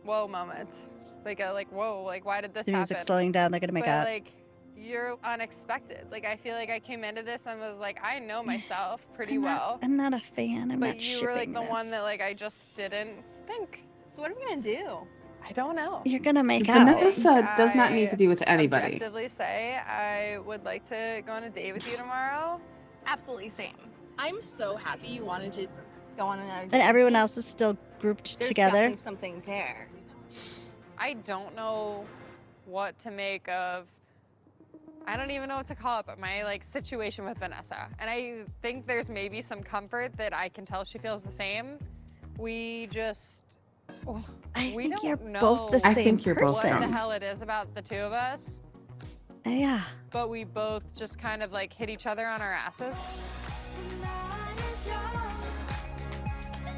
D: whoa moments. Like a like whoa, like why did this
A: The music's
D: happen?
A: slowing down, they're gonna make
D: but,
A: out.
D: Like you're unexpected. Like I feel like I came into this and was like, I know myself pretty
A: I'm
D: well.
A: not, I'm not a fan. I'm
D: but
A: not
D: you
A: shipping
D: were like the
A: this.
D: one that like I just didn't think.
J: So what are we gonna do?
D: I don't know.
A: You're gonna make out.
B: Vanessa does not need to be with anybody.
D: Objectively say I would like to go on a date with you tomorrow.
J: Absolutely same. I'm so happy you wanted to go on another.
A: And everyone else is still grouped
J: There's
A: together.
J: definitely something there.
D: I don't know what to make of. I don't even know what to call it, but my like situation with Vanessa, and I think there's maybe some comfort that I can tell she feels the same. We just.
A: I
D: we
A: think
D: don't
A: you're
D: know
A: both the
B: I think
A: same
B: you're both
D: what the
A: person.
D: hell it is about the two of us,
A: Yeah.
D: but we both just kind of like hit each other on our asses.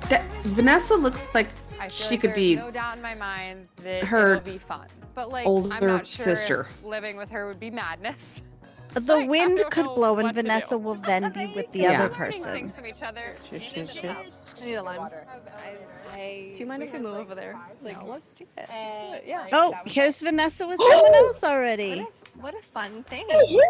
B: That- Vanessa looks like
D: I feel
B: she
D: like
B: could
D: there's
B: be
D: no doubt in my mind that
B: her
D: it'll be fun. But like I'm
B: older
D: not sure if
B: sister.
D: living with her would be madness.
A: The wind could blow and Vanessa will then be with the
B: Yeah.
A: other
B: Learning
A: person.
D: Things from each other.
J: I need a lime. do you mind if we move over there? Like, let's do it. Let's do it, Yeah.
A: Oh, here's Vanessa with someone else already.
J: What a fun thing.
A: Oh,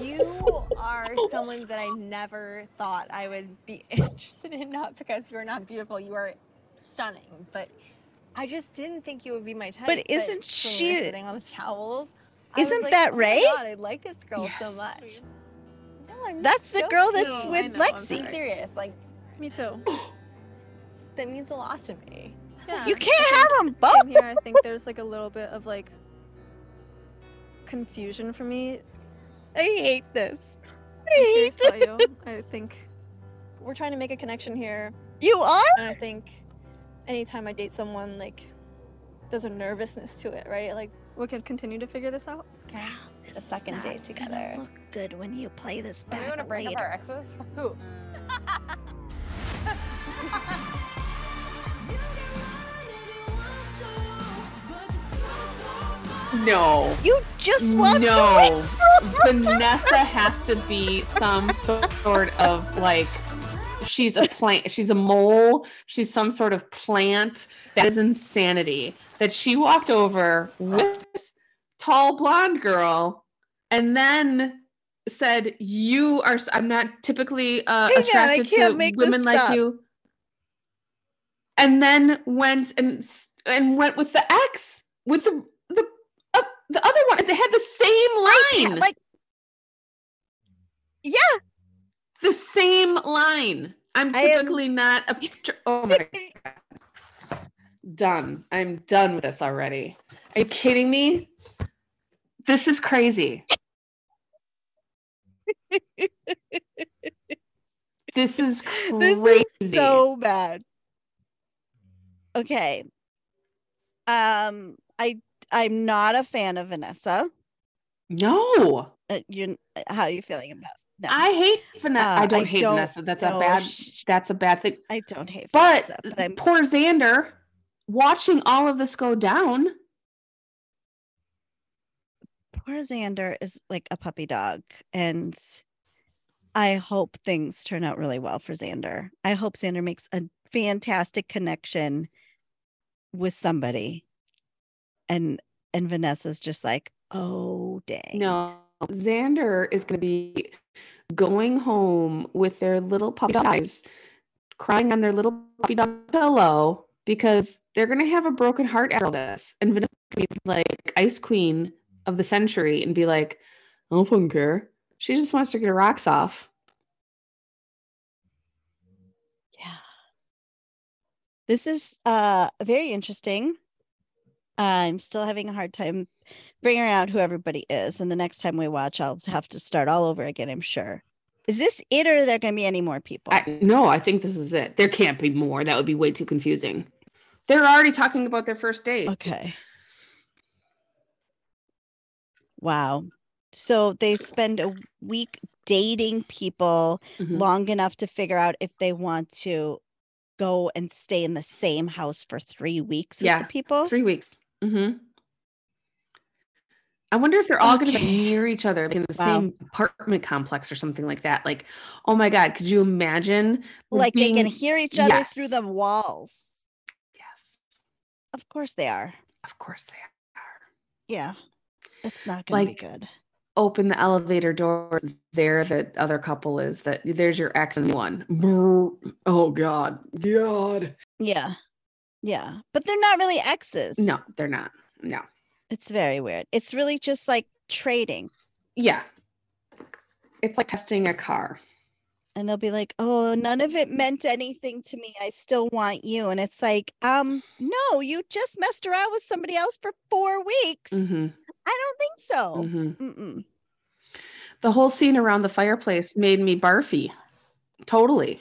J: you are someone that I never thought I would be interested in, not because you're not beautiful, you are stunning, but I just didn't think you would be my type.
A: But isn't
J: when we were
A: she-
J: sitting on the towels? I was
A: Isn't
J: like,
A: that
J: "Oh my
A: Ray?"
J: God, I like this girl so much. No, I'm
A: That's the
J: joking.
A: girl that's No, I with know, I'm Lexi.
J: I'm serious. Like, me too. That means a lot to me.
A: You can't have them both.
L: Here, I think there's like a little bit of like confusion for me. I hate this. I hate this. You. I think we're trying to make a connection here.
A: You are?
L: And I think anytime I date someone, like, there's a nervousness to it, right? Like, we can continue to figure this out. Okay. a second date together. Look
A: good when you play this
D: So we want to break up our exes?
L: Who?
B: No.
A: You just want to
B: no. Vanessa has to be some sort of like she's a plant, she's a mole, she's some sort of plant. That is insanity. That she walked over with tall blonde girl and then said, "You are s- I'm not typically uh,
Q: Hang on, I
B: attracted
Q: can't
B: to
Q: make this
B: women like
Q: stop.
B: you." And then went and s- and went with the ex with the the uh, the other one. They had the same line.
A: like yeah,
B: the same line. I'm
A: I am-
B: typically not a. Oh my god. Done. I'm done with this already. Are you kidding me? This is crazy. this is
A: This
B: crazy.
A: is so bad. Okay. Um, I I'm not a fan of Vanessa.
B: No.
A: Uh, you, how are you feeling about? No.
B: I hate Vanessa.
A: Uh,
B: I don't hate Vanessa. That's a
A: no,
B: bad.
A: sh-
B: That's a bad thing.
A: I don't hate.
B: But,
A: Vanessa,
B: poor Xander, watching all of this go down.
A: poor Xander is like a puppy dog, and I hope things turn out really well for Xander. I hope Xander makes a fantastic connection with somebody, and and Vanessa's just like, oh dang,
B: No, Xander is going to be going home with their little puppy dog eyes, crying on their little puppy dog pillow because they're going to have a broken heart after all this. And Vanessa's going to be like ice queen of the century and be like, I don't fucking care. She just wants to get her rocks off.
A: this is uh very interesting i'm still having a hard time figuring out who everybody is and the next time we watch i'll have to start all over again i'm sure is this it or are there going to be any more people
B: I, no, I think this is it. There can't be more. That would be way too confusing. They're already talking about their first date.
A: Okay. wow so they spend a week dating people
B: Mhm.
A: long enough to figure out if they want to go and stay in the same house for three weeks with
B: Yeah.
A: the people
B: Three weeks. hmm I wonder if they're all going to be near each other, like in the
A: Wow.
B: same apartment complex or something like that. Like, oh my God, could you imagine?
A: like
B: being-
A: they can hear each other
B: Yes,
A: through the walls. Yes. Of course they are.
B: Of course they
A: are. Yeah. It's not going
B: like
A: to be good.
B: open the elevator door. There, the other couple is that there's your ex and one. Brr. Oh God, God.
A: Yeah. Yeah. But they're not really exes.
B: No, they're not. No.
A: It's very weird. It's really just like trading.
B: Yeah. It's like testing a car.
A: And they'll be like, "Oh, none of it meant anything to me. I still want you." And it's like, "Um, no, you just messed around with somebody else for 4 weeks.
B: Mhm.
A: I don't think so."
B: Mhm.
A: Mm-mm.
B: The whole scene around the fireplace made me barfy. Totally.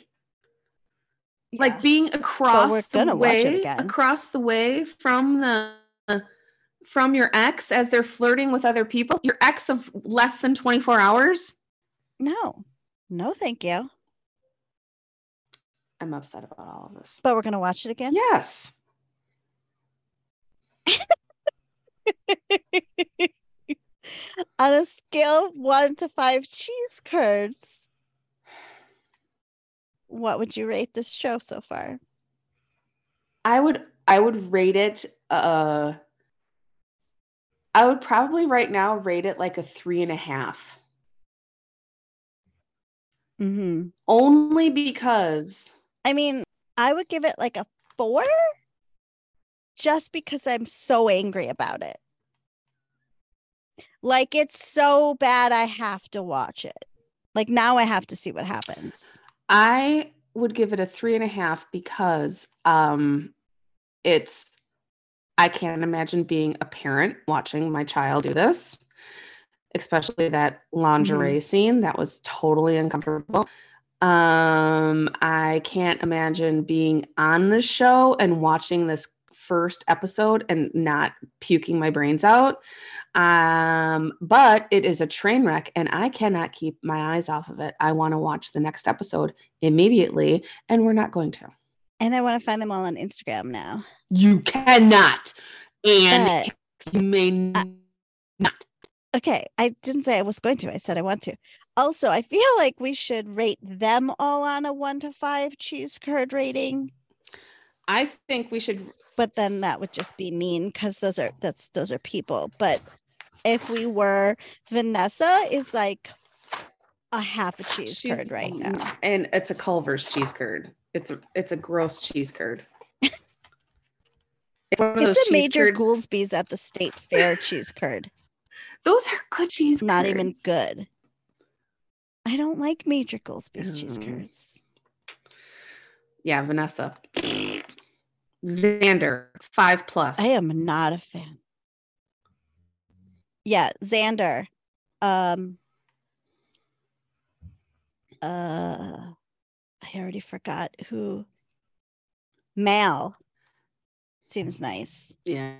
B: Like being
A: we're
B: across the
A: gonna watch it
B: way,
A: again.
B: across the way from the from your ex as they're flirting with other people. Your ex of less than 24 hours.
A: No. No, thank you.
B: I'm upset about all of this.
A: But we're going to watch it again?
B: Yes.
A: On a scale of one to five cheese curds, what would you rate this show so far?
B: I would I would rate it uh I would probably right now rate it like a three and a half.
A: Mm-hmm.
B: Only because
A: I mean, I would give it like a four just because I'm so angry about it. Like, it's so bad, I have to watch it. Like, now I have to see what happens.
B: I would give it a three and a half because um, it's, I can't imagine being a parent watching my child do this. especially that lingerie scene. That was totally uncomfortable. Um, I can't imagine being on this show and watching this first episode and not puking my brains out. Um, but it is a train wreck and I cannot keep my eyes off of it. I want to watch the next episode immediately, and we're not going to.
A: And I want to find them all on Instagram now.
B: You cannot. And you may not.
A: Okay. I didn't say I was going to. I said I want to. Also, I feel like we should rate them all on a one to five cheese curd rating.
B: I think we should.
A: But then that would just be mean because those are that's those are people. But if we were Vanessa is like a half a cheese
B: She's-
A: curd right now.
B: And it's a Culver's cheese curd. It's a it's a gross cheese curd. It's, one of those
A: It's a
B: cheese
A: major
B: curds-
A: Goolsby's at the state fair cheese curd.
B: Those are good cheese
A: Not even good. I don't like major Goolsby's
B: Mm.
A: cheese curds.
B: Mm-hmm. Yeah, Vanessa. Xander, five plus.
A: I am not a fan. Yeah, Xander. Um uh I already forgot who Mal seems nice.
B: Yeah.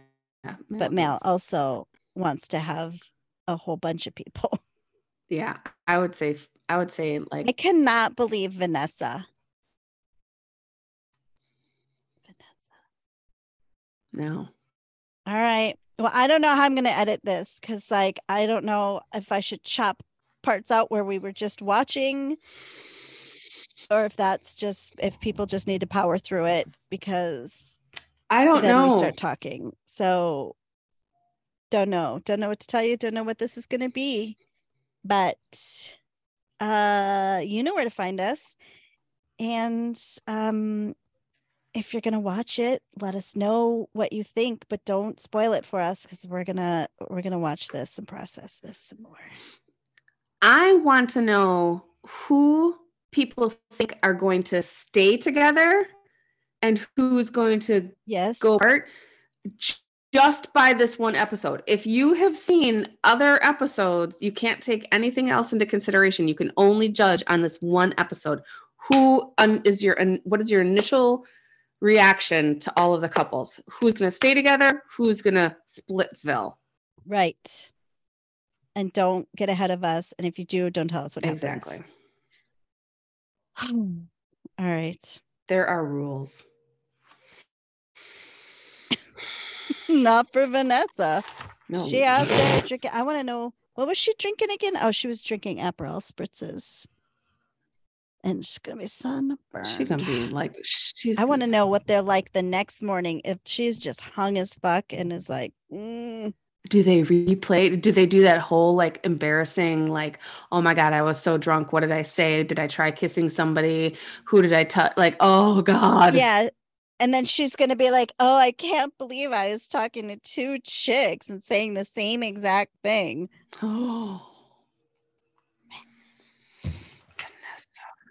A: but Mal also wants to have a whole bunch of people.
B: Yeah, I would say I would say like
A: I cannot believe Vanessa.
B: no.
A: All right. Well, I don't know how I'm going to edit this because, like, I don't know if I should chop parts out where we were just watching or if that's just if people just need to power through it because
B: I don't
A: then we
B: know.
A: start talking. So, don't know. Don't know what to tell you. Don't know what this is going to be. But uh you know where to find us. And um if you're gonna watch it, let us know what you think, but don't spoil it for us because we're gonna we're gonna watch this and process this some more.
B: I want to know who people think are going to stay together and who's going to
A: yes
B: go apart j- just by this one episode. If you have seen other episodes, you can't take anything else into consideration. You can only judge on this one episode. Who un- is your and what is your initial reaction to all of the couples? Who's going to stay together? Who's going to splitsville?
A: Right. And don't get ahead of us. And if you do, don't tell us what
B: Exactly.
A: happens. Exactly. All right.
B: There are rules.
A: Not for Vanessa.
B: No.
A: She out there drinking. I want to know what was she drinking again? Oh, she was drinking Aperol spritzes. And she's gonna be sunburned.
B: She's going to be like, she's
A: I want to know what they're like the next morning if she's just hung as fuck and is like, mm,
B: do they replay do they do that whole like embarrassing like oh my god i was so drunk what did i say did i try kissing somebody who did i touch like oh god
A: yeah. And then she's going to be like, oh, I can't believe I was talking to two chicks and saying the same exact thing.
B: Oh.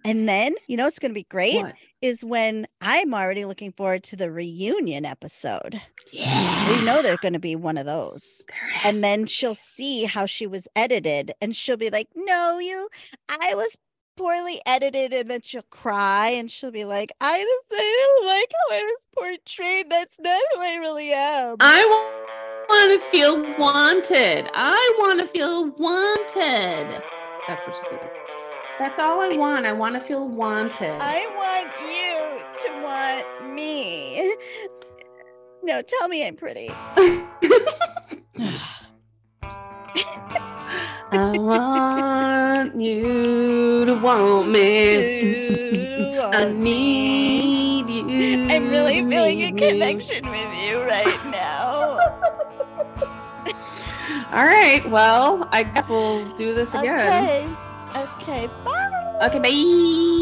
A: And then, you know, what's going to be great
B: What?
A: is when I'm already looking forward to the reunion episode. Yeah. We know there's going to be one of those. And then she'll see how she was edited and she'll be like, no, you, I was poorly edited. And then she'll cry and she'll be like, I just, I don't like how I was portrayed. That's not who I really am.
B: i want to feel wanted i want to feel wanted that's what she says that's all i want i want to feel wanted
A: I want you to want me. No, tell me I'm pretty.
B: I want you to want me. I need you.
M: I'm really
B: to
M: feeling a
B: need me.
M: connection with you right now.
B: All right. Well, I guess we'll do this again.
A: Okay. Okay. Bye.
B: Okay. Bye.